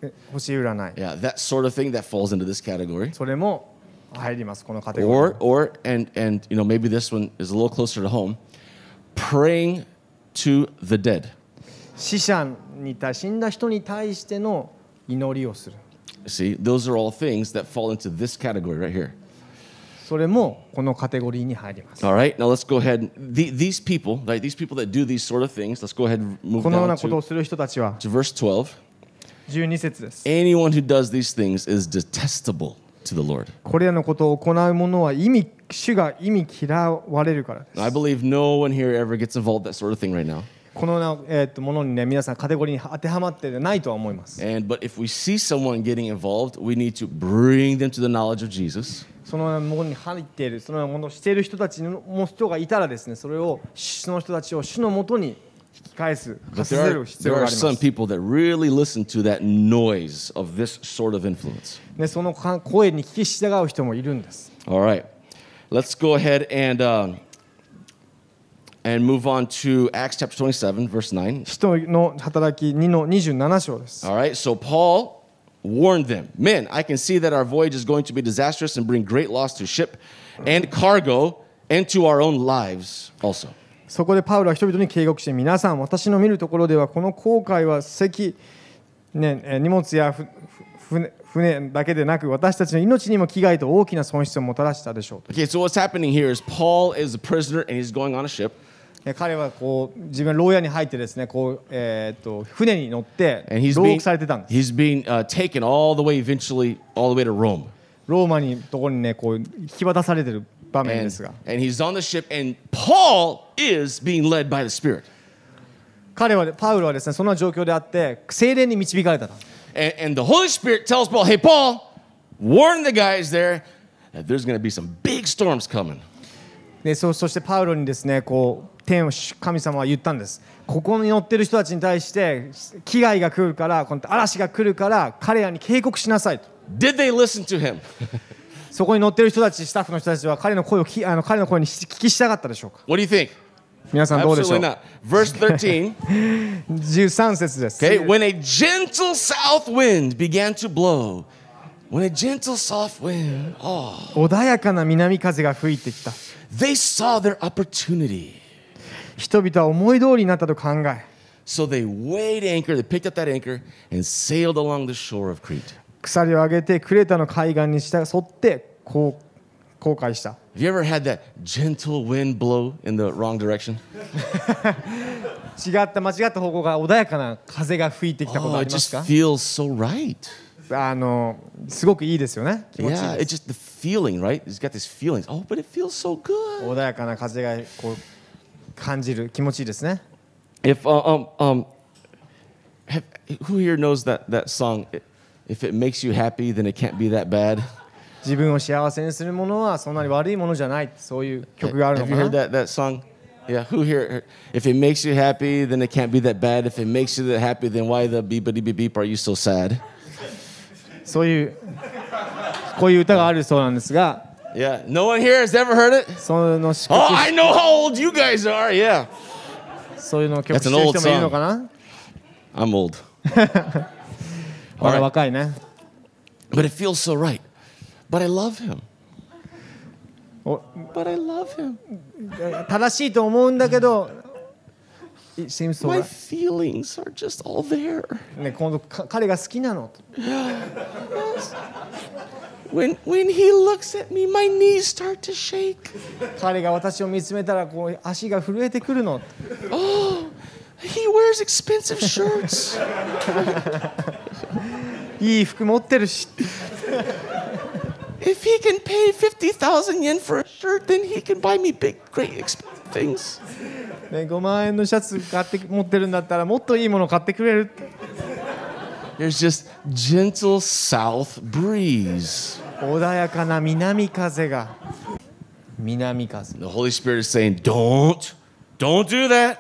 Speaker 1: え星占い
Speaker 2: yeah. That sort of thing that falls into this category.
Speaker 1: それも入りますこのカテゴリー
Speaker 2: or or and and you know maybe this one is a little closer to home praying to the dead
Speaker 1: 死者に対死んだ人に対しての祈りをする
Speaker 2: see those are all things that fall into this category right here
Speaker 1: それもこのカテゴリーに入ります
Speaker 2: all right now let's go ahead the, these people right these people that do these sort of things let's go ahead and move
Speaker 1: このよう
Speaker 2: down
Speaker 1: なことを
Speaker 2: to,
Speaker 1: する人たちは
Speaker 2: to verse 12
Speaker 1: 12節です
Speaker 2: anyone who does these things is detestable to the lord
Speaker 1: これらのことを行う者は意味主が意味嫌われるからです
Speaker 2: i believe no one here ever gets involved in that sort of thing right now
Speaker 1: ここのな、えー、とものにね皆さんカテゴリーに当てはまってないとは思います
Speaker 2: And but if we see someone getting involved, we need to bring them to the knowledge of Jesus
Speaker 1: そのようなものに入っているそのようなものをしている人たちのも人がいたらですねそれをその人たちを主のもとに引き返す
Speaker 2: But
Speaker 1: 発
Speaker 2: there
Speaker 1: せる
Speaker 2: are,
Speaker 1: 必要
Speaker 2: there
Speaker 1: があり
Speaker 2: are
Speaker 1: ます
Speaker 2: some people that really listen to that noise of this sort of influence.
Speaker 1: ね、そのか声に聞き従う人もいるんです
Speaker 2: All right, let's go ahead and uh, and move on to Acts chapter 27, verse 9.
Speaker 1: 人の働き2の27章です
Speaker 2: All right, so Paul warned them Men, I can see that our voyage is going to be disastrous and bring great loss to ship and cargo and to our own lives also.
Speaker 1: そこでパウロは人々に警告して皆さん私の見るところではこの航海は石、ね、えー荷物やふふ船船だけでなく私たちの命にも危害と大きな損失をもたらしたでしょうと
Speaker 2: Okay, so what's happening here is Paul is a prisoner and he's going on a ship
Speaker 1: えー彼はこう自分牢屋に入ってですねこう、えーっと船に乗って
Speaker 2: and he's
Speaker 1: 牢
Speaker 2: being,
Speaker 1: 獄されてたんです
Speaker 2: he's being uh, taken all the way eventually, all the way to Rome.
Speaker 1: ローマにところにねこう引き渡されてる場面です
Speaker 2: And,
Speaker 1: が
Speaker 2: and he's on the ship and Paul is being led by the Spirit.
Speaker 1: 彼はパウロはですねそんな状況であって精霊に導かれたと
Speaker 2: And, and the Holy Spirit tells Paul, hey, Paul, warn the guys there that there's going to be some big storms coming.
Speaker 1: でそそしてパウロにですねこう天を主神様は言ったんですここに乗ってる人たちに対して危害が来るからこの嵐が来るから彼らに警告しなさいと
Speaker 2: Did they listen to him?
Speaker 1: そこに乗ってる人たちスタッフの人たちは彼の声をきあの彼の声に聞き従ったでしょうか
Speaker 2: What do you think?
Speaker 1: 皆さんどうでしょ
Speaker 2: Absolutely
Speaker 1: う
Speaker 2: not. Verse 13.
Speaker 1: 13節です、
Speaker 2: Okay, when a gentle south wind began to blow, when a gentle soft wind, oh,
Speaker 1: 穏やかな南風が吹いてきた
Speaker 2: they saw their opportunity.
Speaker 1: 人々は思い通りになったと考え
Speaker 2: So they weighed anchor, they picked up that anchor, and sailed along the shore of Crete.
Speaker 1: 鎖を上げてクレタの海岸に従沿ってこう航海した
Speaker 2: Have you ever had that gentle wind blow in the wrong direction?
Speaker 1: 違った間違った方向が穏やかな風が吹いてきたこと
Speaker 2: Oh,
Speaker 1: あ
Speaker 2: it
Speaker 1: ります
Speaker 2: just
Speaker 1: か
Speaker 2: feels so right.
Speaker 1: あのすごくいいですよね気持ちいい
Speaker 2: Yeah,
Speaker 1: で
Speaker 2: it's
Speaker 1: す
Speaker 2: just the feeling, right? It's got these feelings. Oh, but it feels so good.
Speaker 1: 穏やかな風がこう感じる気持ちいいですね
Speaker 2: If uh, um um, have, who here knows that that song? If it makes you happy, then it can't be that bad.
Speaker 1: 自分を幸せにするものはそんなに悪いものじゃないそういう曲があるの
Speaker 2: Have you
Speaker 1: か
Speaker 2: heard
Speaker 1: な
Speaker 2: that that song? Yeah, who here? If it makes you happy, then it can't be that bad. If it makes you that happy, then why the beep beep beep beep are you so sad?
Speaker 1: そういうこういう歌があるそうなんですが
Speaker 2: Yeah, no one here has ever heard it.
Speaker 1: そのし
Speaker 2: Oh, I know how old you guguys are. Yeah,
Speaker 1: そういうのを曲
Speaker 2: That's
Speaker 1: して
Speaker 2: an
Speaker 1: る
Speaker 2: old
Speaker 1: 人もいるのかな
Speaker 2: I'm old,
Speaker 1: まだ
Speaker 2: Alright.
Speaker 1: 若いね
Speaker 2: but it feels so right. But I love him.
Speaker 1: お
Speaker 2: But I love him.
Speaker 1: 正しいと思うんだけど It seems so
Speaker 2: My
Speaker 1: right.
Speaker 2: feelings are just all there.
Speaker 1: ね、今度か彼が好きなのと
Speaker 2: When when he looks at me, my knees start to shake.
Speaker 1: 彼が私を見つめたらこう足が震えてくるの
Speaker 2: Oh, he wears expensive shirts.
Speaker 1: いい服持ってるし
Speaker 2: if he can pay fifty thousand yen for a shirt, then he can buy me big, great, expensive things.
Speaker 1: ね、5万円のシャツ買って持ってるんだったらもっといいもの買ってくれるって
Speaker 2: There's just gentle south breeze.
Speaker 1: 穏やかな南風が南風
Speaker 2: The Holy Spirit is saying, "Don't, don't do that.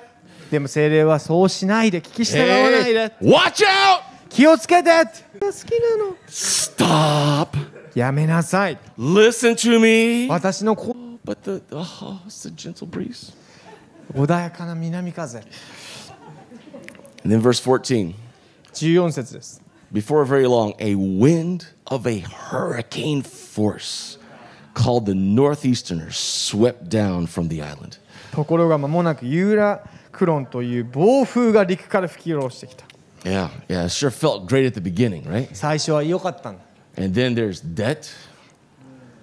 Speaker 1: でも精霊はそうしないで聞き従わない
Speaker 2: Hey,
Speaker 1: で
Speaker 2: watch out!
Speaker 1: 気をつけて好きなの
Speaker 2: Stop.
Speaker 1: やめなさい
Speaker 2: Listen to me."
Speaker 1: 私のこ
Speaker 2: But the oh, it's a gentle breeze.
Speaker 1: 穏やかな南風
Speaker 2: And then verse fourteen.
Speaker 1: 14節です
Speaker 2: Before very long, a wind of a hurricane force called the Northeasterner swept down from the island.
Speaker 1: ところが間もなくユーラクロンという暴風が陸から吹き下ろしてきた
Speaker 2: Yeah, yeah, it sure felt great at the beginning, right?
Speaker 1: 最初は良かったんだ
Speaker 2: And then there's debt.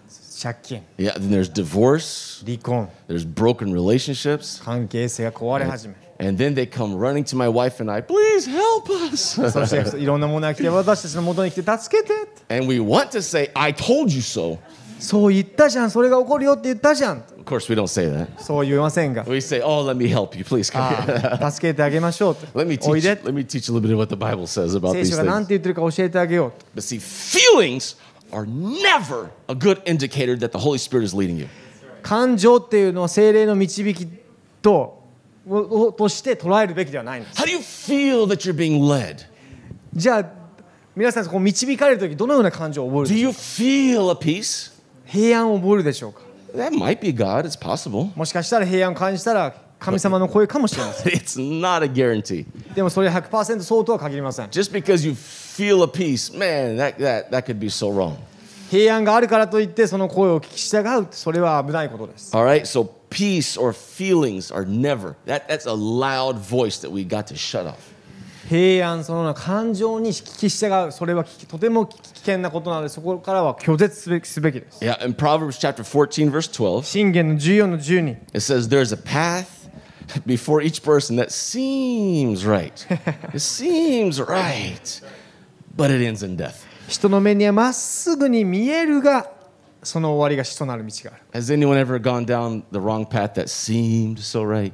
Speaker 1: 借金
Speaker 2: Yeah, then there's divorce.
Speaker 1: 離婚
Speaker 2: There's broken relationships.
Speaker 1: 関係性が壊れ始め
Speaker 2: And then they come running to my wife and I, please help us.
Speaker 1: そしていろんなものが来て私たちの元に来て助けて
Speaker 2: and we want to say, I told you so.
Speaker 1: そう言ったじゃんそれが起こるよって言ったじゃん
Speaker 2: course, we don't say that.
Speaker 1: そう言いませんが
Speaker 2: We say, "Oh, let me help you, please come here.
Speaker 1: 助けてあげましょうと
Speaker 2: let me
Speaker 1: おい
Speaker 2: teach.
Speaker 1: で
Speaker 2: Let me teach you a little bit of what the Bible says about
Speaker 1: 聖
Speaker 2: these
Speaker 1: 書が何
Speaker 2: things."
Speaker 1: て言ってるか教えてあげようと
Speaker 2: But see, feelings are never a good indicator that the Holy Spirit is leading you.
Speaker 1: 感情っていうのを精霊の導きとををとして捉えるべきではないんです
Speaker 2: How do you feel that you're being led?
Speaker 1: じゃあ皆さんこう導かれる時どのような感情を覚えるで
Speaker 2: Do
Speaker 1: しょ
Speaker 2: you feel a peace?
Speaker 1: う平安を覚えるでしょうか
Speaker 2: That might be God. It's possible.
Speaker 1: もしかしたら平安を感じたら神様の声かもしれませ
Speaker 2: It's not a guarantee.
Speaker 1: んでもそれ100%そうとは限りません
Speaker 2: Just because you feel a peace, man, that, that, that could be so wrong.
Speaker 1: 平安があるからといってその声を聞き従うそれは危ないことです
Speaker 2: All right, so peace or feelings are never. That, that's a loud voice that we got to shut off.
Speaker 1: 平安そのような感情に聞き従うそれは危機とても危危険なことなのでそこからは拒絶すべきすべきです
Speaker 2: Yeah, in Proverbs chapter 14, verse 12,
Speaker 1: 信玄の14の10に
Speaker 2: it says, There's a path before each person that seems right. it seems right, but it ends in death.
Speaker 1: 人の目にはまっすぐに見えるがその終わりが死となる道がある
Speaker 2: Has anyone ever gone down the wrong path that seemed so right?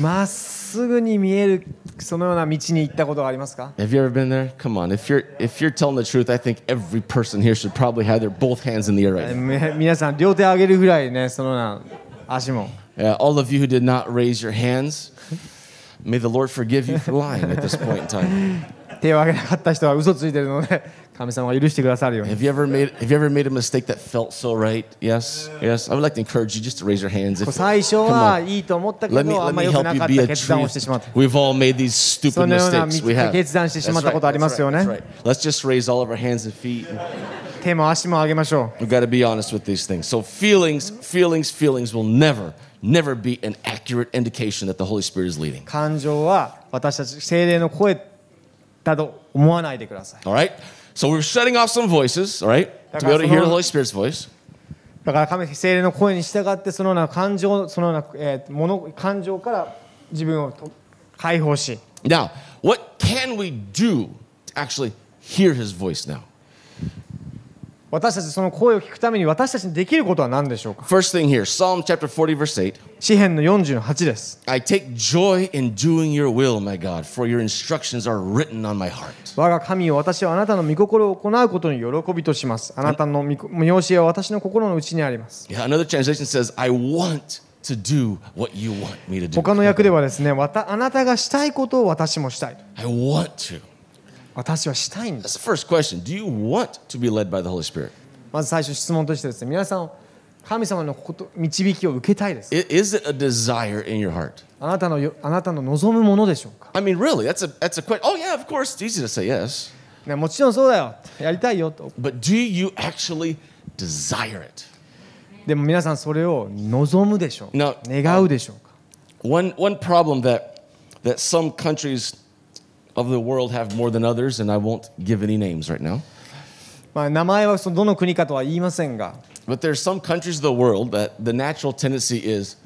Speaker 1: まっすぐに見えるそのような道に行ったことがありますか
Speaker 2: Have you ever been there? Come on. If you're if you're telling the truth, I think every person here should probably have their both hands in the air right now.
Speaker 1: み皆さん両手上げるぐらいねそのような足も
Speaker 2: Uh, all of you who did not raise your hands, may the Lord forgive you for lying at this point in time.
Speaker 1: 手を上げなかった人は嘘ついてるので 神様が許してくださるように
Speaker 2: Have you ever made Have you ever made a mistake that felt so right? Yes, yes. I would like to encourage you just to raise your hands.
Speaker 1: こう
Speaker 2: If,
Speaker 1: 最初
Speaker 2: come
Speaker 1: は
Speaker 2: on.
Speaker 1: いいと思ったけ
Speaker 2: Let me
Speaker 1: どあん
Speaker 2: let
Speaker 1: ま
Speaker 2: me
Speaker 1: 良く
Speaker 2: help
Speaker 1: な
Speaker 2: you
Speaker 1: かっ
Speaker 2: be
Speaker 1: た
Speaker 2: a
Speaker 1: 決断をしてしまった
Speaker 2: truth. We've all made these stupid
Speaker 1: そのような
Speaker 2: mistakes. We have.
Speaker 1: 決断してしまったことありますよね。
Speaker 2: That's right, that's right. Let's just raise all of our hands and feet.
Speaker 1: 手も足も上げましょう
Speaker 2: We've got to be honest with these things. So feelings, feelings, feelings will never, never be an accurate indication that the Holy Spirit is leading.
Speaker 1: 感情は私たち精霊の声だと思わないでください
Speaker 2: All right? So we're shutting off some voices, all right? To be able to hear the Holy Spirit's voice.
Speaker 1: だから神精霊の声に従ってそのような感情そのような、えーもの感情から自分をと解放し
Speaker 2: Now, what can we do to actually hear his voice now?
Speaker 1: 私たちその声を聞くために私たちにできることは何でしょうか
Speaker 2: First thing here, Psalm chapter 40, verse 8.
Speaker 1: 詩篇の48です
Speaker 2: I take joy in doing your will, my God, for your instructions are written on my heart.
Speaker 1: 我が神を私はあなたの御心を行うことに喜びとしますあなたの御子御教えは私の心の内にあります
Speaker 2: Yeah, another translation says, I want to do what you want me to do.
Speaker 1: 他の訳ではですねわたあなたがしたいことを私もしたい
Speaker 2: I want to.
Speaker 1: 私はしたいんです
Speaker 2: That's the first question. Do you want to be led by the Holy Spirit?
Speaker 1: まず最初質問としてですね皆さん神様のこと導きを受けたいです
Speaker 2: I- Is it a desire in your heart?
Speaker 1: あなたのよあなたの望むものでしょうか、
Speaker 2: I mean, really, that's a that's a question. Oh yeah, of course, it's easy to say yes,
Speaker 1: ね、もちろんそうだよやりたいよと
Speaker 2: but do you actually desire it?
Speaker 1: でも皆さんそれを望むでしょうか
Speaker 2: No.
Speaker 1: 願うでしょうか
Speaker 2: One one problem that that some countries of the world have more than others, and I won't give any names right now,
Speaker 1: まあ、名前はそのどの国かとは言いませんが
Speaker 2: but there's some countries of the world that the natural tendency is,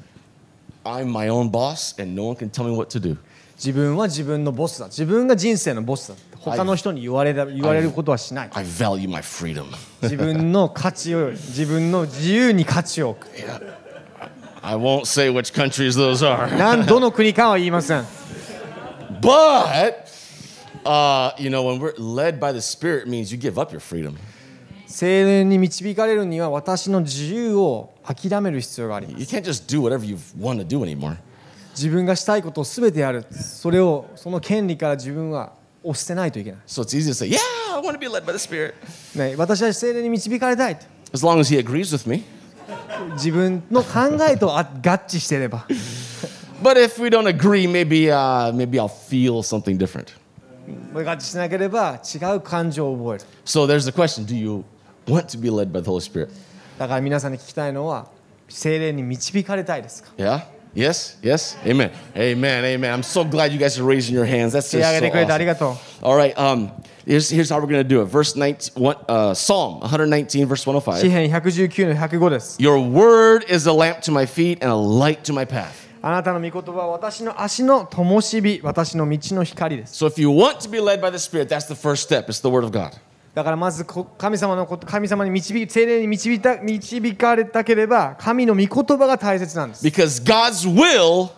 Speaker 2: I'm my own boss, and no one can tell me what to do.
Speaker 1: 自分は自分のボスだ自分が人生のボスだ他の人に言われた言われることはしない
Speaker 2: I value my freedom.
Speaker 1: 自分の価値を自分の自由に価値を置く
Speaker 2: I won't say which countries those are.
Speaker 1: なんどの国かは言いません
Speaker 2: But uh, you know, when we're led by the Spirit, it means you give up your freedom.
Speaker 1: 精霊に導かれるには私の自由を諦める必要があります
Speaker 2: You can't just do whatever you want to do anymore.
Speaker 1: 自分がしたいことを全てやるそれをその権利から自分は押してないといけない、
Speaker 2: So it's easy to say, "Yeah, I want to be led by the Spirit,"
Speaker 1: ね、私は精霊に導かれたいと
Speaker 2: as long as He agrees with me.
Speaker 1: 自分の考えとあ合致していれば
Speaker 2: But if we don't agree, maybe uh, maybe I'll feel something different.
Speaker 1: 合致しなければ違う感情を覚える
Speaker 2: So there's the question: Do you want to be led by the Holy Spirit?
Speaker 1: だから皆さんに聞きたいのは精霊に導かれたいですか
Speaker 2: Yeah. Yes. Yes. Amen. Amen. Amen. I'm so glad you guys are raising your hands. That's
Speaker 1: 手を
Speaker 2: just
Speaker 1: 挙げ
Speaker 2: so
Speaker 1: てくれてあり
Speaker 2: awesome.
Speaker 1: がとう
Speaker 2: All right. Um, here's, here's how we're going to do it. Verse 19, one, uh, Psalm 119, verse
Speaker 1: 詩
Speaker 2: 105.
Speaker 1: 篇119の105です
Speaker 2: Your word is a lamp to my feet and a light to my path.
Speaker 1: あなたの御言葉は私の足の灯火私の道の光です
Speaker 2: So if you want to be led by the Spirit, that's the first step. It's the word of God.
Speaker 1: だからまずこ神様のこと神様に導き精霊に導いた導かれたければ神の御言葉が大切なんです
Speaker 2: because God's will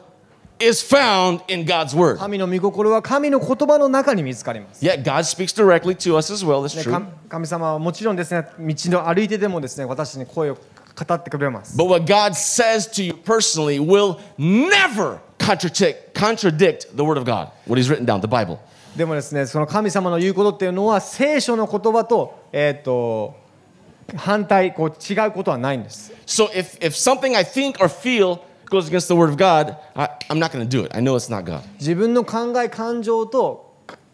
Speaker 2: is found in God's word.
Speaker 1: 神の御心は神の言葉の中に見つかります
Speaker 2: Yet God speaks directly to us as well. That's
Speaker 1: ね、
Speaker 2: true.
Speaker 1: 神神様はもちろんですね道の歩いてでもですね私に声を語ってくれます
Speaker 2: But what God says to you personally will never contradict contradict the word of God. What He's written down, the Bible.
Speaker 1: でもですねその神様の言うことっていうのは聖書の言葉と,、えー、と反対こう違うことはないんです
Speaker 2: So if if something I think or feel goes against the word of God, I, I'm not going to do it. I know it's not God.
Speaker 1: 自分の考え感情と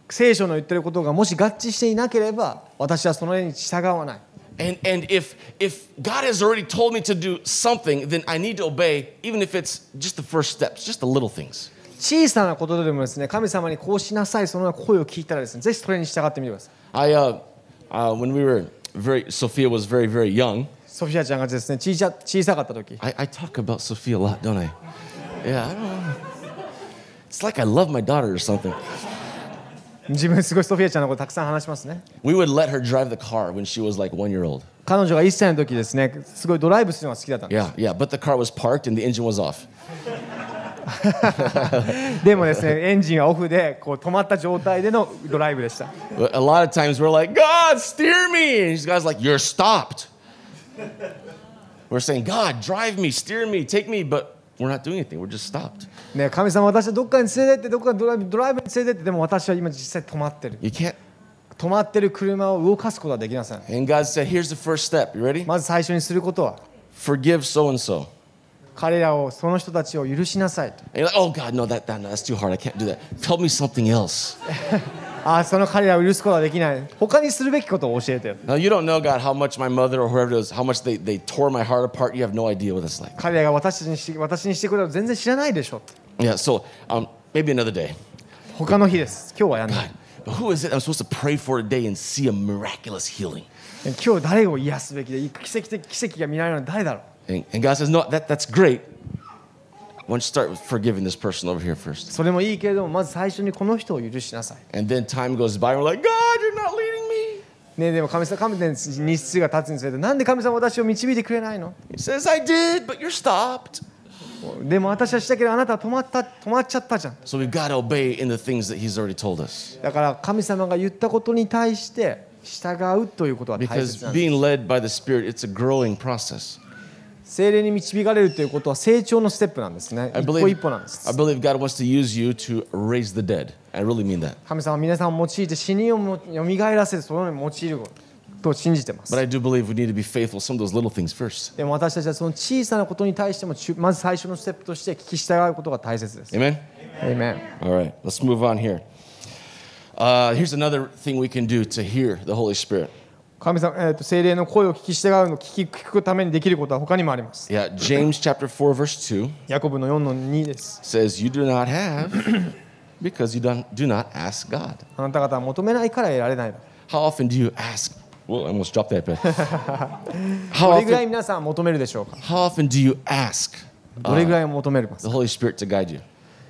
Speaker 1: 聖書の言ってることがもし合致していなければ私はその絵に従わない
Speaker 2: And and if if God has already told me to do something, then I need to obey, even if it's just the first steps, just the little things.
Speaker 1: 小さなことでもですね神様にこうしなさいそのような声を聞いたらですねぜひそれに従ってみてください
Speaker 2: I uh, uh, when we were very Sophia was very very young.
Speaker 1: ソフィアちゃんがですね小さ小さかった時
Speaker 2: I, I talk about Sophia a lot, don't I? Yeah, I don't know. It's like I love my daughter or something.
Speaker 1: 自分すごいソフィアちゃんのことたくさん話しますね
Speaker 2: We would let her drive the car when she was like one year old.
Speaker 1: 彼女が1歳の時ですねすごいドライブするのが好きだったんで
Speaker 2: Yeah, yeah, but the car was parked and the engine was off.
Speaker 1: すでもですねエンジンはオフでこう止まった状態でのドライブでした
Speaker 2: But a lot of times we're like, God, steer me. And these guys like, you're stopped. We're saying, God, drive me, steer me, take me, but we're not doing anything. We're just stopped.
Speaker 1: ね神様私はどっかに連れてってどっかにドライブドライブに連れてってでも私は今実際止まってる
Speaker 2: You can't.
Speaker 1: 止まってる車を動かすことはできません
Speaker 2: And God said, here's the first step. You ready?
Speaker 1: まず最初にすることは
Speaker 2: Forgive so and so.
Speaker 1: 彼らをその人たちを許しなさいと
Speaker 2: And you're like, oh God, no, that, that no, that's too hard. I can't do that. Tell me something else.
Speaker 1: ああその彼らを許すことはできない他にするべきことを教えてよ
Speaker 2: Now you don't know God how much my mother or whoever it was, how much they, they tore my heart apart. You have no idea what that's like.
Speaker 1: 彼らが私たちにし私にしてくれるの全然知らないでしょ
Speaker 2: Yeah, so um, maybe another day.
Speaker 1: 他の日です今日はやんない
Speaker 2: God, but who is it I'm supposed to pray for today and see a miraculous healing?
Speaker 1: 今日誰を癒すべきで奇跡的奇跡が見られるのは誰だろう
Speaker 2: And, and God says, no, that, that's great. Why don't you start with forgiving this person over here first?
Speaker 1: それもいいけれどもまず最初にこの人を許しなさい
Speaker 2: And then time goes by and we're like, God, you're not leading me.
Speaker 1: ねでも神様神様に日数が経つにつれてなんで神様は私を導いてくれないの
Speaker 2: He says, I did, but you're stopped.
Speaker 1: でも私はしたけどあなたは止まった止まっちゃったじゃん
Speaker 2: So we've got to obey in the things that he's already told us.
Speaker 1: だから神様が言ったことに対して従うということは大切
Speaker 2: Because
Speaker 1: なんです
Speaker 2: being led by the Spirit, it's a growing process.
Speaker 1: 精霊に導かれるということは成長のステップなんですね
Speaker 2: I
Speaker 1: 一歩
Speaker 2: believe,
Speaker 1: 一歩なんです
Speaker 2: I believe God wants to use you to raise the dead. I really mean that.
Speaker 1: 神様は皆さんを用いて死人をも蘇らせてそのように用いると信じてま
Speaker 2: But
Speaker 1: す
Speaker 2: I do believe we need to be faithful some of those little things first.
Speaker 1: でも私たちはその小さなことに対してもちゅまず最初のステップとして聞き従うことが大切です。
Speaker 2: Amen?
Speaker 1: Amen
Speaker 2: All right, let's move on here. Uh, here's another thing we can do to hear the Holy Spirit.
Speaker 1: 神様、えー、と精霊の声を聞き従うの聞き聞くためにできることは他にもあります。
Speaker 2: Yeah, James chapter 4, verse 2
Speaker 1: ヤコブの4の2です。
Speaker 2: says, You do not have because you don't, do not ask God.
Speaker 1: あなた方は求めないから得られないだろ
Speaker 2: How often do you ask? Well, I almost dropped that, but how
Speaker 1: う。どれぐらい
Speaker 2: often,
Speaker 1: 皆さんは求めるでしょうか
Speaker 2: how often do you ask
Speaker 1: どれぐらい求めるか
Speaker 2: the Holy Spirit to guide you?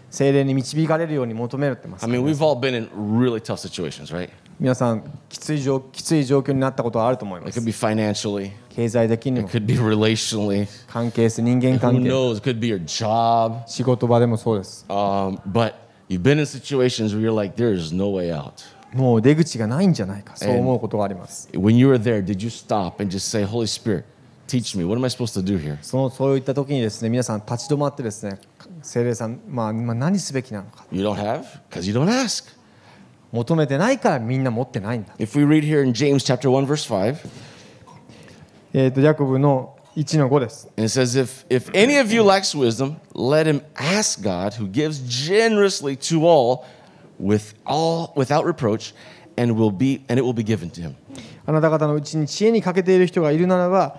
Speaker 1: 精霊に導かれるように求めるってます
Speaker 2: I。mean, we've all been in really tough situations, right?
Speaker 1: 皆さんきつい状、きつい状況になったことはあると思いま
Speaker 2: It could
Speaker 1: す。
Speaker 2: be financially,
Speaker 1: 経済的に
Speaker 2: it
Speaker 1: も
Speaker 2: could be relationally,
Speaker 1: 関係性、人間
Speaker 2: who
Speaker 1: 関係、
Speaker 2: knows, it could be your job.
Speaker 1: 仕事場でもそうです。
Speaker 2: Um, but you've been in situations where you're like, there is no way out.
Speaker 1: もう出口がないんじゃないか、そう思うことがあります。
Speaker 2: When you were there, did you stop and just say, Holy Spirit, teach me, what am I supposed to do here?
Speaker 1: そのそういった時にですね、皆さん立ち止まってですね、精霊さん、まあ、まあ、何すべきなのか、
Speaker 2: You don't have? Because you don't ask.
Speaker 1: 求めてないからみんな持ってないんだ。
Speaker 2: If we read here in James chapter 1, verse 5,
Speaker 1: えー、とヤコブの1の5です。
Speaker 2: and it says, if, if any of you lacks wisdom, let him ask God, who gives generously to all, with all without reproach, and will be and it will be given to him.
Speaker 1: あなた方のうちに知恵に欠けている人がいるならば、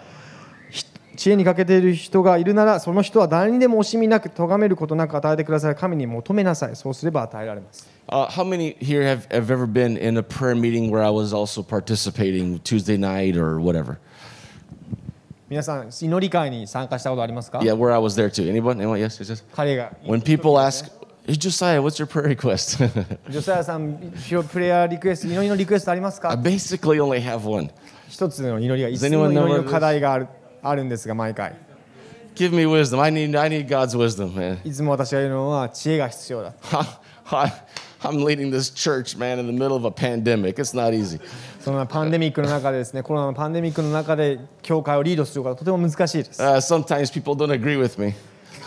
Speaker 1: ひ知恵に欠けている人がいるなら、その人は誰にでも惜しみなく、咎めることなく与えてください。神に求めなさい。そうすれば与えられます。
Speaker 2: Uh, how many here have, have ever been in a prayer meeting where I was also participating Tuesday night or whatever?
Speaker 1: 皆さん、祈り会に参加したことありますか
Speaker 2: Yeah, where I was there too. Anyone? Anyone? Yes, yes, yes.
Speaker 1: 彼が
Speaker 2: When people ask, Hey, Josiah, what's your prayer request?
Speaker 1: ジョサヤさん、プレイヤーリクエスト、祈りのリクエストあります
Speaker 2: I
Speaker 1: か
Speaker 2: basically only have one.
Speaker 1: 一つの祈りが、一つ
Speaker 2: anyone know
Speaker 1: の祈りの
Speaker 2: what it is?
Speaker 1: 課題があるあるんですが、毎回。
Speaker 2: Give me wisdom. I need, I need God's wisdom, man.
Speaker 1: いつも私が言うのは、知恵が必要だ。
Speaker 2: I'm leading this church, man, in the middle of a pandemic. It's not easy.
Speaker 1: そのパンデミックの中でですね、コロナのパンデミックの中で、教会をリードすることはとても難しいです。
Speaker 2: Uh, sometimes people don't agree with me.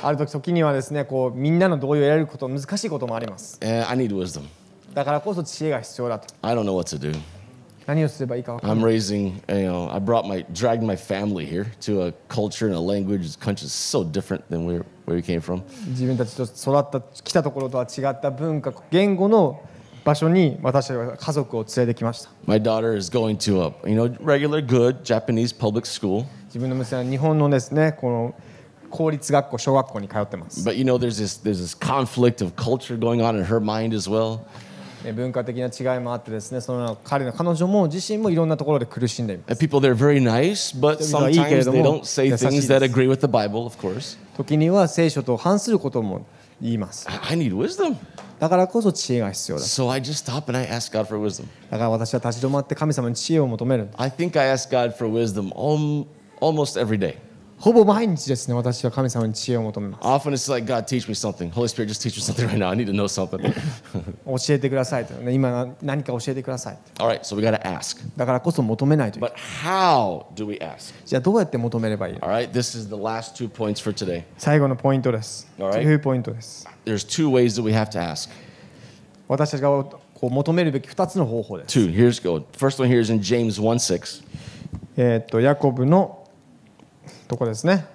Speaker 1: ある時時にはですね、こうみんなの同意を得られること、難しいこともあります。
Speaker 2: Uh, I need wisdom.
Speaker 1: だからこそ知恵が必要だと。
Speaker 2: I don't know what to do.
Speaker 1: 何をすればいいか分かんない。
Speaker 2: I'm raising, you know, I brought my, dragged my family here to a culture and a language, a country so different than where, where we came from.
Speaker 1: 自分たちと育った、来たところとは違った文化、言語の場所に私たちは家族を連れてきました。
Speaker 2: My daughter is going to a, you know, regular good Japanese public school.
Speaker 1: 自分の娘は日本のですねこの公立学校小学校に通ってます
Speaker 2: But you know, there's this there's this conflict of culture going on in her mind as well.
Speaker 1: え文化的な違いもあってですねその彼の彼女も自身もいろんなところで苦しんでいる
Speaker 2: And people they're very nice, but sometimes they don't say things that agree with the Bible, of course.
Speaker 1: 時には聖書と反することも言います
Speaker 2: I I need wisdom.
Speaker 1: だからこそ知恵が必要だ
Speaker 2: So I just stop and I ask God for wisdom.
Speaker 1: だから私は立ち止まって神様に知恵を求める
Speaker 2: I think I ask God for wisdom al- almost every day.
Speaker 1: ほぼ毎日ですね私は神様に知恵を求めます
Speaker 2: Often it's like, God, teach me something. Holy Spirit, just teach me something right now. I need to know something.
Speaker 1: 教えてくださいと、ね、今な何か教えてください
Speaker 2: All right, so we got to ask.
Speaker 1: だからこそ求めないといけない
Speaker 2: But how do we ask?
Speaker 1: じゃあどうやって求めればいいの
Speaker 2: All right, this is the last two points for today.
Speaker 1: 最後のポイントですと
Speaker 2: Alright.
Speaker 1: いうポイントです
Speaker 2: There's two ways that we have to ask.
Speaker 1: 私たちがこう求めるべき2つの方法です
Speaker 2: Two. Here's go. First one here is in James 1 6.
Speaker 1: えーっとヤコブのとこですね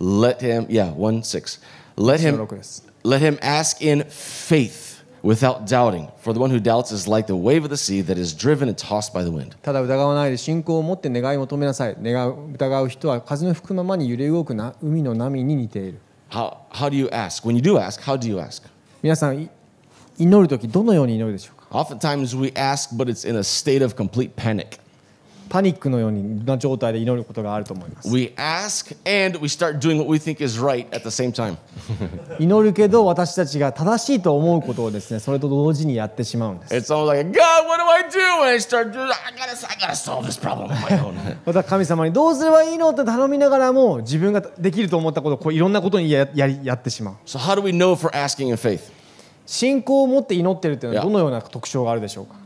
Speaker 2: Let him, yeah, 1 6. Let
Speaker 1: 1
Speaker 2: him
Speaker 1: の6です。
Speaker 2: Let him ask in faith without doubting. For the one who doubts is like the wave of the sea that is driven and tossed by the wind.
Speaker 1: ただ疑わないで信仰を持って願いを求めなさい願う疑う人は風の吹くままに揺れ動くな海の波に似ている
Speaker 2: How, how do you ask? When you do ask, how do you ask?
Speaker 1: 皆さんい祈る時どのように祈るでしょうか
Speaker 2: Oftentimes we ask, but it's in a state of complete panic.
Speaker 1: パニックのような状態で祈ることがあると思います
Speaker 2: We ask and we start doing what we think is right at the same time.
Speaker 1: 祈るけど私たちが正しいと思うことをですねそれと同時にやってしまうんです
Speaker 2: It's almost like, God, what do I do? And I start doing, I gotta, I gotta solve this problem on my own.
Speaker 1: また神様にどうすればいいのって頼みながらも自分ができると思ったことをこういろんなことにややりやってしまう
Speaker 2: so, how do we know if we're asking in faith?
Speaker 1: 信仰を持って祈ってるっていうのは
Speaker 2: Yeah.
Speaker 1: どのような特徴があるでしょうか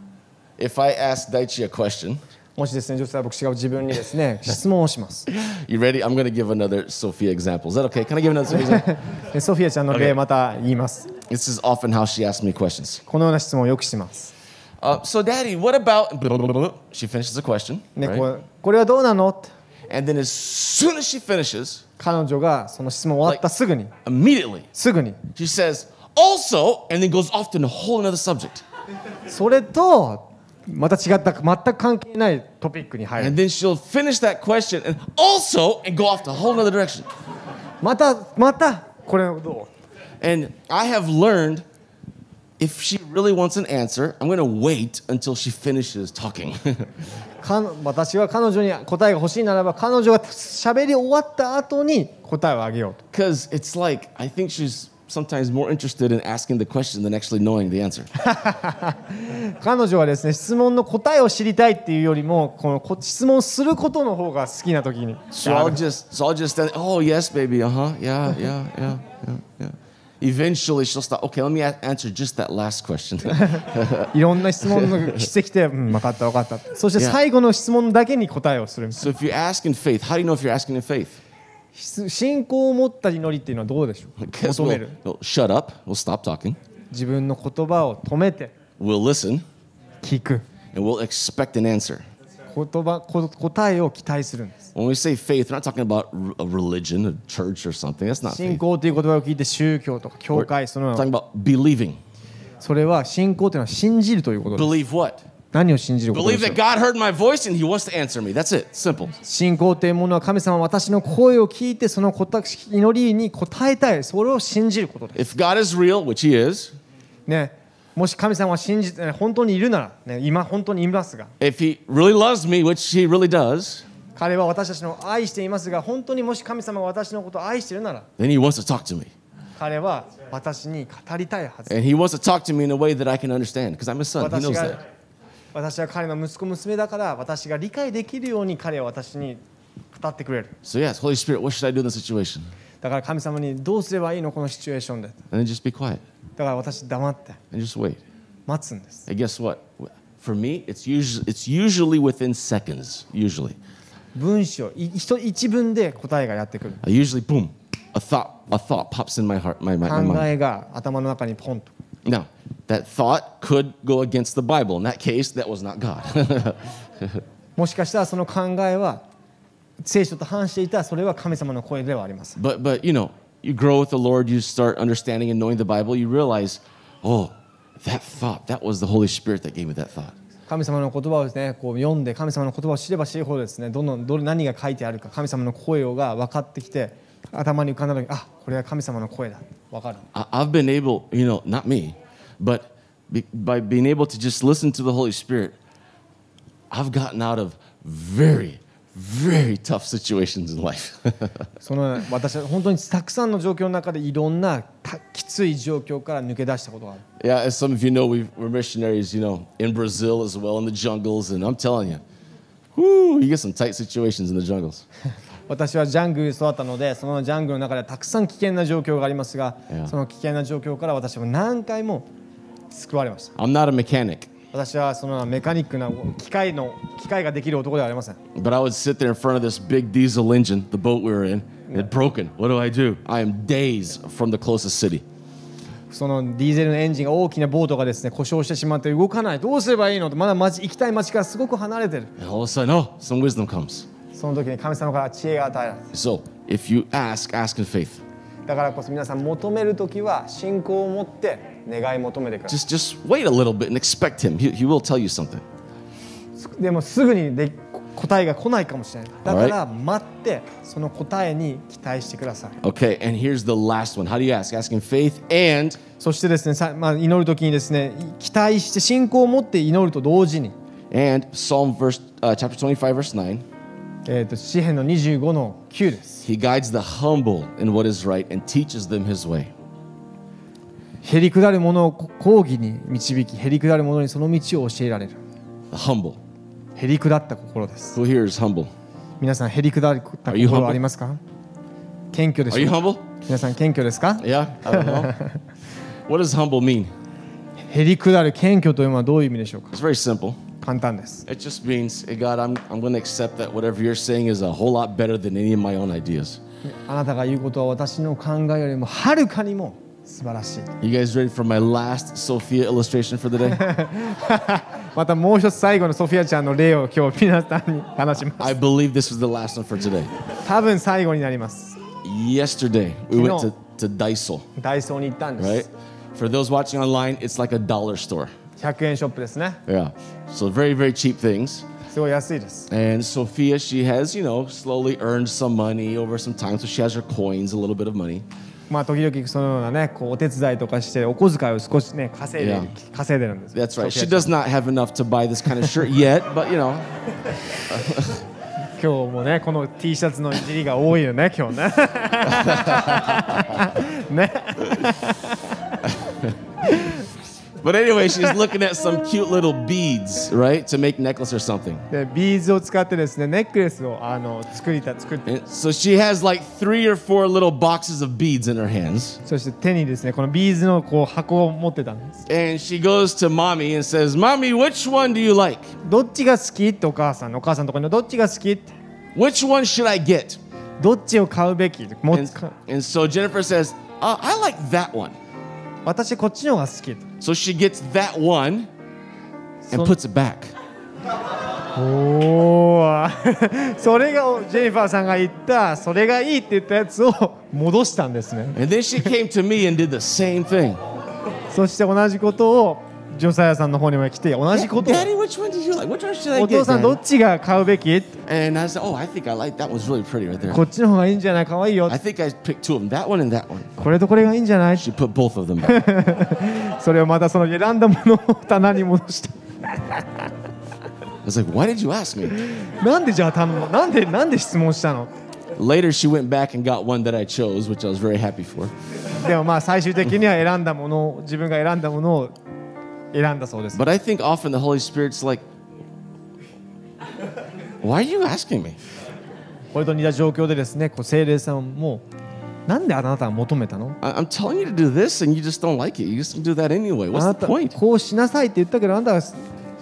Speaker 2: If I ask Daichi a question,
Speaker 1: もしですね、女性は僕が自分にですね、質問をします。
Speaker 2: you ready? I'm gonna give another Sophia example. Is that okay? Can I give another Sophia example?
Speaker 1: でソフィアちゃんの
Speaker 2: Okay.
Speaker 1: 例、また言います。
Speaker 2: This is often how she asks me questions.
Speaker 1: このような質問をよくします。
Speaker 2: Uh, so, Daddy, what about? blah, blah, blah, blah. She finishes the question,
Speaker 1: で、
Speaker 2: right?
Speaker 1: こうこれはどうなのって
Speaker 2: and then as soon as she finishes,
Speaker 1: 彼女がその質問終わった
Speaker 2: Like-
Speaker 1: すぐに、
Speaker 2: immediately
Speaker 1: すぐに、
Speaker 2: she says, "Also," and then goes off to a whole another subject.
Speaker 1: それと、また違った、全く関係ないトピックに入
Speaker 2: And
Speaker 1: る。
Speaker 2: then she'll finish that question and also and go off to a whole another direction.
Speaker 1: また、また、これど
Speaker 2: And I have learned if she really wants an answer, I'm gonna wait until she finishes talking.
Speaker 1: うかの私は彼女に答えが欲しいならば、彼女が喋り終わった後に答えをあげようと。
Speaker 2: Because it's like I think she's sometimes more interested in asking the question than actually knowing the answer.
Speaker 1: 彼女はですね、質問の答えを知りたいっていうよりも、このこ質問することの方が好きな時に。
Speaker 2: So I'll just, so I'll just, then, oh yes, baby, uh huh, yeah, yeah, yeah, yeah, yeah. Eventually, she'll stop. Okay, let me a- answer just that last question.
Speaker 1: いろんな質問のしてきて、うん、分かった分かったって。そして最後の質問だけに答えをするみたい
Speaker 2: so if you ask in faith, how do you know if you're asking in faith?
Speaker 1: なし信仰を持った祈りっていうのはどうでしょう
Speaker 2: Because
Speaker 1: 求め
Speaker 2: we'll,
Speaker 1: る。
Speaker 2: we'll shut up, we'll stop talking,
Speaker 1: 自分の言葉を止めて
Speaker 2: we'll listen,
Speaker 1: 聞く。
Speaker 2: and we'll expect an answer.
Speaker 1: 言葉こ答えを期待するんです。
Speaker 2: When we say faith, we're not talking about r- a religion, a church, or something. That's not
Speaker 1: 信
Speaker 2: faith.
Speaker 1: 仰という言葉を聞いて宗教とか
Speaker 2: We're
Speaker 1: 教会そのよう
Speaker 2: talking
Speaker 1: な
Speaker 2: about believing.
Speaker 1: それは信仰というのは信じるということです。
Speaker 2: Believe what?
Speaker 1: 何を信じることで
Speaker 2: Believe
Speaker 1: しょう
Speaker 2: that God heard my voice and He wants to answer me. That's it. Simple.
Speaker 1: 信仰というものは神様は私の声を聞いてその答え祈りに答えたいそれを信じることです。
Speaker 2: If God is real, which He is,
Speaker 1: ね、もし神様は信じて本当にいるなら、ね、今本当にいますが
Speaker 2: if He really loves me, which He really does,
Speaker 1: 彼は私たちの愛していますが本当にもし神様が私のことを愛しているなら
Speaker 2: then he wants to talk to me.
Speaker 1: 彼は私に語りたいはず
Speaker 2: And he wants to talk to me in a way that I can understand because I'm his son. He
Speaker 1: 私
Speaker 2: knows
Speaker 1: が
Speaker 2: that.
Speaker 1: 私は彼の息子娘だから私が理解できるように彼は私に語ってくれる
Speaker 2: So, yes, Holy Spirit, what should I do in this situation?
Speaker 1: だから神様にどうすればいいのこのシチュエーションでだか
Speaker 2: And then just be quiet
Speaker 1: ら私黙って
Speaker 2: and just wait.
Speaker 1: 待つんです
Speaker 2: And guess what? For me, it's usually, it's usually within seconds, usually.
Speaker 1: 文章い一一文で答えがやってくる
Speaker 2: I usually, boom, a thought, a thought pops in my heart, my, my, my
Speaker 1: 考
Speaker 2: mind.
Speaker 1: えが頭の中にポンと
Speaker 2: Now, that thought could go against the Bible. In that case, that was not God.
Speaker 1: もしかしたらその考えは聖書と反していたらそれは神様の声ではありません
Speaker 2: but, but, you know, you grow with the Lord, you start understanding and knowing the Bible, you realize, oh, that thought, that was the Holy Spirit that gave me that thought.
Speaker 1: 神様の言葉をですねこう読んで神様の言葉を知れば知るほどですねどんどんどれ何が書いてあるか神様の声をが分かってきて頭に浮かんだ時あこれは神様の声だ分かる
Speaker 2: I- I've been able, you know, not me, but be, by being able to just listen to the Holy Spirit, I've gotten out of very, very tough situations in life.
Speaker 1: その私は本当にたくさんの状況の中でいろんなたきつい状況から抜け出したことがある
Speaker 2: yeah, as some of you know, we've, we're missionaries, you know, in Brazil as well, in the jungles, and I'm telling you, whoo, you get some tight situations in the jungles.
Speaker 1: 私はジャングルで育ったのでそのジャングルの中ではたくさん危険な状況がありますが
Speaker 2: Yeah.
Speaker 1: その危険な状況から私は何回も救われました
Speaker 2: I'm not a mechanic,
Speaker 1: 私はそのメカニックな機械の機械ができる男ではありません
Speaker 2: but I would sit there in front of this big diesel engine, the boat we were in, it had broken. What do I do? I am days from the closest city.
Speaker 1: そのディーゼルのエンジンが大きなボートがですね故障してしまって動かないどうすればいいのとまだ町行きたい町からすごく離れてる
Speaker 2: And all of a sudden, oh, some wisdom comes.
Speaker 1: その時に神様から知恵が与えられて
Speaker 2: So if you ask, ask in faith.
Speaker 1: だからこそ皆さん求める時は信仰を持って願い求めてくださ
Speaker 2: Just just wait a little bit and expect him. He, he will tell you something.
Speaker 1: いでもすぐにでこ答えが来ないかもしれないだから待ってその答えに期待してください
Speaker 2: Okay, and here's the last one. How do you ask? Ask in faith and
Speaker 1: そしてですねさ、まあ、祈る時にですね期待して信仰を持って祈ると同時に
Speaker 2: and Psalm verse uh, chapter 25 verse 9.
Speaker 1: えー、と詩篇の25の9です
Speaker 2: He guides the humble in what is right and teaches them his way.
Speaker 1: へりくだる者を抗義に導きへりくだる者にその道を教えられる
Speaker 2: The humble.
Speaker 1: へりくだった心です。
Speaker 2: Who here is humble?
Speaker 1: 皆さん、へりくだった心はありますか謙虚で
Speaker 2: Are you
Speaker 1: すか
Speaker 2: humble?
Speaker 1: 皆さん、謙虚ですか
Speaker 2: Yeah, I don't know. what does humble mean?
Speaker 1: へりくだる謙虚というのはどういう意味でしょうか
Speaker 2: It's very simple.
Speaker 1: 簡単です。
Speaker 2: It just means, hey, God, I'm, I'm going to accept that whatever you're saying is a whole lot better than any of my own ideas.
Speaker 1: あなたが言うことは私の考えよりもはるかにも素晴らしい。
Speaker 2: You guys ready for my last Sophia illustration for the day?
Speaker 1: またもう一つ最後のソフィアちゃんの例を今日皆さんに話しま
Speaker 2: I
Speaker 1: す。
Speaker 2: believe this was the last one for today.
Speaker 1: 多分最後になります。
Speaker 2: Yesterday, we went to,
Speaker 1: Kino.
Speaker 2: to Daiso,
Speaker 1: ダイソーに行ったんで
Speaker 2: right?
Speaker 1: す。
Speaker 2: For those watching online, it's like a dollar store.
Speaker 1: 100円ショップですね。
Speaker 2: Yeah. So very, very cheap things.
Speaker 1: すごい安いです。
Speaker 2: And Sophia, she has, you know, slowly earned some money over some time. So she has her coins, a little bit of money.
Speaker 1: まあ時々そのようなね、こうお手伝いとかしてお小遣いを少しね、稼いでる
Speaker 2: Yeah.
Speaker 1: 稼いでるんです。
Speaker 2: That's right.
Speaker 1: ソフィア
Speaker 2: She
Speaker 1: ちゃん
Speaker 2: does not have enough to buy this kind of shirt yet, but, you know,
Speaker 1: 今日もねこの T シャツのいじりが多いよ ね今日ねね
Speaker 2: but anyway, she's looking at some cute little beads, right? To make necklace or something.
Speaker 1: でビーズを使ってですねネックレスをあの作りた作って
Speaker 2: And so she has like three or four little boxes of beads in her hands.
Speaker 1: そして手にですねこのビーズのこう箱を持ってたんです
Speaker 2: And she goes to mommy and says, Mommy, which one do you like?
Speaker 1: どっちが好きってお母さんのお母さんのところにどっちが好きって
Speaker 2: Which one should I get?
Speaker 1: どっちを買うべきも
Speaker 2: And, and so Jennifer says, uh, I like that one.
Speaker 1: 私こっちの方が好き
Speaker 2: So she gets that one and
Speaker 1: そ
Speaker 2: puts it back.
Speaker 1: おー それがジェニファーさんが言ったそれがいいって言ったやつを戻したんですね
Speaker 2: And then she came to me and did the same thing.
Speaker 1: そして同じことをジョサヤさんの方にも来て同じことを
Speaker 2: Daddy, which one did you like? Which one should I
Speaker 1: お父
Speaker 2: get?
Speaker 1: さんど
Speaker 2: Daddy?
Speaker 1: っちが買うべき
Speaker 2: And I said, Oh, I think I like that one's really pretty right there.
Speaker 1: こっちの方がいいんじゃないかわいいよ
Speaker 2: I think I picked two of them, that one and that one.
Speaker 1: これとこれがいいんじゃない
Speaker 2: She put both of them back.
Speaker 1: それをまたその選んだものを棚に戻した
Speaker 2: I was like, Why did you ask me?
Speaker 1: なんでじゃあ棚なんでなんで質問したの
Speaker 2: Later, she went back and got one that I chose, which I was very happy for.
Speaker 1: でもまあ最終的には選んだものを自分が選んだものを選んだそうです
Speaker 2: But I think often the Holy Spirit's like, why are you asking me?
Speaker 1: これと似た状況でですねこう聖霊さんもなんであなたは求めたの
Speaker 2: I- I'm telling you to do this and you just don't like it. You just do that anyway.
Speaker 1: あ
Speaker 2: What's
Speaker 1: な
Speaker 2: the
Speaker 1: た
Speaker 2: point?
Speaker 1: こうしなさいって言ったけどあなたは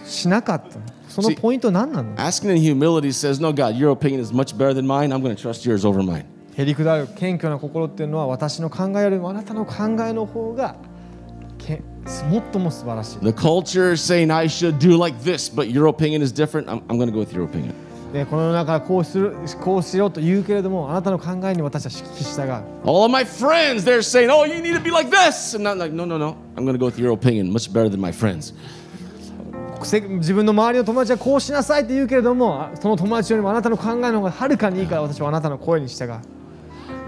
Speaker 1: しなかったその
Speaker 2: See-
Speaker 1: ポイント何なの
Speaker 2: Asking in humility says, no, God, your opinion is much better than mine. I'm going to trust yours over mine.
Speaker 1: へりくだる謙虚な心っていうのは私の考えよりもあなたの考えの方がけもっとも素晴らしい
Speaker 2: The culture is saying I should do like this, but your opinion is different. I'm, I'm going to go with your opinion.
Speaker 1: でこの世の中はこうするこうしろと言うけれどもあなたの考えに私は聞き従う
Speaker 2: All of my friends, they're saying, oh, you need to be like this. And I'm like, no, no, no. I'm going to go with your opinion. Much better than my friends.
Speaker 1: せ自分の周りの友達はこうしなさいって言うけれどもあその友達よりもあなたの考えの方がはるかにいいから私はあなたの声に従う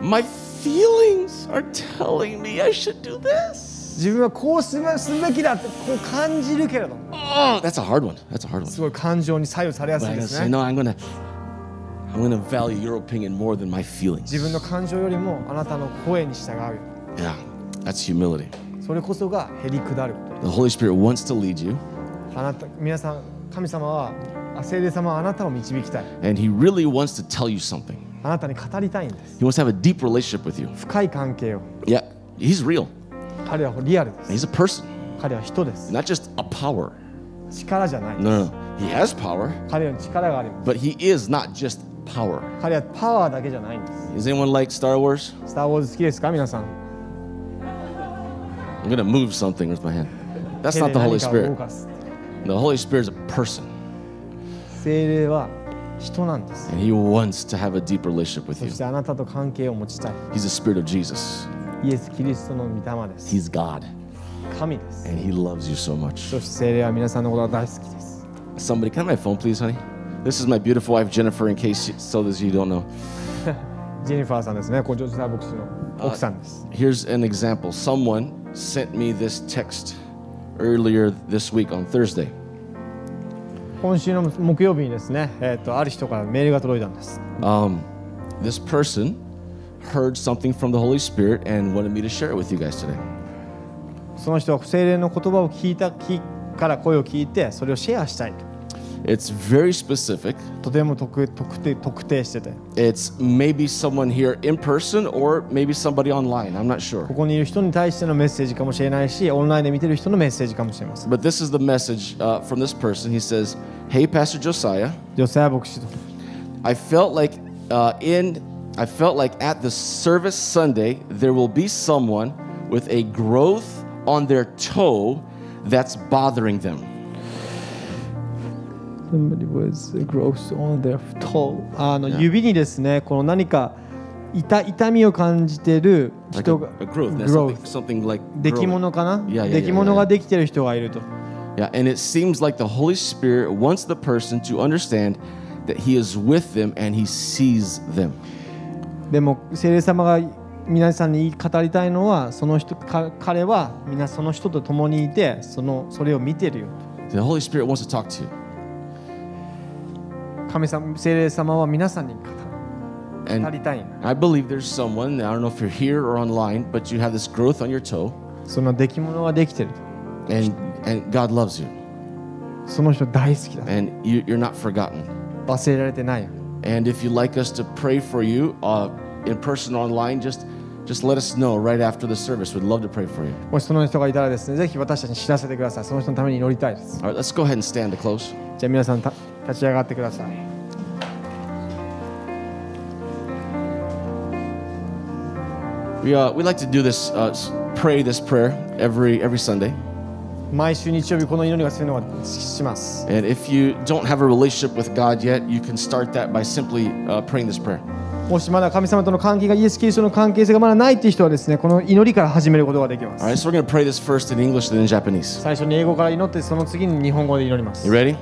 Speaker 2: My feelings are telling me I should do this.
Speaker 1: 自分はこうすべすべきだってこう感じるけれども
Speaker 2: Oh, that's a hard one. That's a hard one.
Speaker 1: すごい感情に左右されや
Speaker 2: But
Speaker 1: す
Speaker 2: I'm
Speaker 1: いで
Speaker 2: gonna
Speaker 1: す
Speaker 2: say
Speaker 1: ね
Speaker 2: no. I'm gonna, I'm gonna value your opinion more than my feelings.
Speaker 1: 自分の感情よりもあなたの声に従う
Speaker 2: Yeah, that's humility.
Speaker 1: それこそがへりくだること
Speaker 2: The Holy Spirit wants to lead you,
Speaker 1: あなた皆さん神様はあ聖霊様はあなたを導きたい
Speaker 2: and He really wants to tell you something.
Speaker 1: あなたに語りたいんです
Speaker 2: He wants to have a deep relationship with you.
Speaker 1: 深い関係を
Speaker 2: Yeah, He's real.
Speaker 1: 彼はリアルです
Speaker 2: He's a person,
Speaker 1: 彼は人です
Speaker 2: not just a power.
Speaker 1: 力じゃない
Speaker 2: No, no, no. He has power,
Speaker 1: 彼の力があります
Speaker 2: but He is not just power.
Speaker 1: 彼はパワーだけじゃないんです。
Speaker 2: Is anyone like Star Wars?
Speaker 1: スター・ウォーズ好きですか皆さん。
Speaker 2: I'm gonna move something with my hand. That's
Speaker 1: 手で
Speaker 2: not the
Speaker 1: 何かを動
Speaker 2: Holy Spirit.
Speaker 1: かす。
Speaker 2: The Holy Spirit is a person,
Speaker 1: 精霊は人なんです。
Speaker 2: and He wants to have a deep relationship with
Speaker 1: そ
Speaker 2: you.
Speaker 1: してあなたと関係を持ちたい。
Speaker 2: He's the Spirit of Jesus.
Speaker 1: イエス・キリストの御霊です。
Speaker 2: He's God,
Speaker 1: 神です。
Speaker 2: and He loves you so much.
Speaker 1: そして精霊は皆さんのことが大好きです。
Speaker 2: Somebody, can I have my phone, please, honey? This is my beautiful wife, Jennifer, in case you, so that you don't know.
Speaker 1: ジェニファーさんですね、こうジョージ・サー牧師の奥さんです。
Speaker 2: Here's an example. Someone sent me this text earlier this week on Thursday.
Speaker 1: 今週の木曜日にですね、えーと、ある人からメールが届いたんです。
Speaker 2: Um, this person heard something from the Holy Spirit and wanted me to share it with you guys today.
Speaker 1: その人は精霊の言葉を聞いた聞から声を聞いて、それをシェアしたいと。
Speaker 2: It's very specific.
Speaker 1: とても特特定特定してて、
Speaker 2: It's maybe someone here in person or maybe somebody online. I'm not
Speaker 1: こ
Speaker 2: sure.
Speaker 1: こにいる人に対してのメッセージかもしれないし、オンラインで見てる人のメッセージかもしれません。
Speaker 2: But this is the message uh, from this person. He says, Hey, Pastor Josiah.
Speaker 1: 女性牧師と
Speaker 2: I felt like uh, in I felt like at the service Sunday there will be someone with a growth on their toe that's bothering them.
Speaker 1: Somebody was gross on their toe. あの、指にですね、この何か痛痛みを感じてる
Speaker 2: Like
Speaker 1: 人
Speaker 2: a,
Speaker 1: が、
Speaker 2: a growth, that's
Speaker 1: growth
Speaker 2: something, something like
Speaker 1: 出来
Speaker 2: growing.
Speaker 1: 物かな
Speaker 2: Yeah, yeah, yeah,
Speaker 1: 出来物ができてる人がいると。
Speaker 2: Yeah, and it seems like the Holy Spirit wants the person to understand that He is with them and He sees them.
Speaker 1: でも、聖霊様が皆さんに語りたいのは、その人か彼は皆その人と共にいて、そのそれを見てるよ
Speaker 2: The Holy Spirit wants to talk to you,
Speaker 1: と。神様、聖霊様は皆さんに語語り
Speaker 2: and
Speaker 1: たいんだ。
Speaker 2: I believe there's someone. I don't know if you're here or online, but you have this growth on your toe,
Speaker 1: その出来物ができてると。
Speaker 2: and and God loves you.
Speaker 1: その人大好きだ。
Speaker 2: and you, you're not forgotten.
Speaker 1: 忘れられてないよ。
Speaker 2: And if you'd like us to pray for you uh, in person or online, just just let us know right after the service. We'd love to pray for you.
Speaker 1: もしその人がいたらですね、ぜひ私たちに知らせてください。その人のために祈りたいです。
Speaker 2: All right, let's go ahead and stand to close.
Speaker 1: じゃあ皆さんた立ち上がってください。
Speaker 2: We uh, we like to do this uh, s- pray this prayer every every Sunday.
Speaker 1: 毎週日曜日この祈りがするのはします。
Speaker 2: And if you don't have a relationship with God yet, you can start that by simply uh, praying this prayer.
Speaker 1: もしまだ神様との関係がイエス・キリストの関係性がまだないっていう人はですね、この祈りから始めることができま
Speaker 2: All right,
Speaker 1: す。
Speaker 2: so we're gonna pray this first in English, then in Japanese.
Speaker 1: 最初に英語から祈って、その次に日本語で祈ります
Speaker 2: You。ready?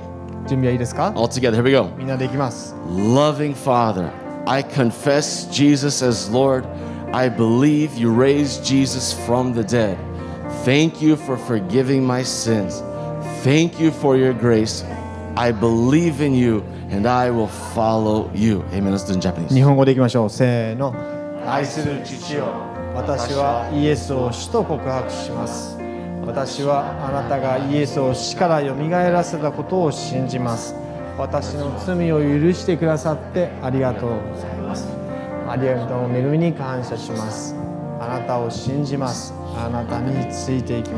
Speaker 1: 準備はいいですか
Speaker 2: All together. Here we go.
Speaker 1: みんなできます。
Speaker 2: Loving Father, I confess Jesus as Lord. I believe you raised Jesus from the dead. Thank you for forgiving my sins. Thank you for your grace. I believe in you and I will follow you. Amen. Let's do it in
Speaker 1: 日
Speaker 2: Japanese.
Speaker 1: 本語でいきましょう。せーの。
Speaker 2: 愛する父よ
Speaker 1: 私はイエスを死と告白します私はあなたがイエスを死からよみがえらせたことを信じます私の罪を許してくださってありがとうございますありがとうの恵みに感謝しますあなたを信じますあなたについていきます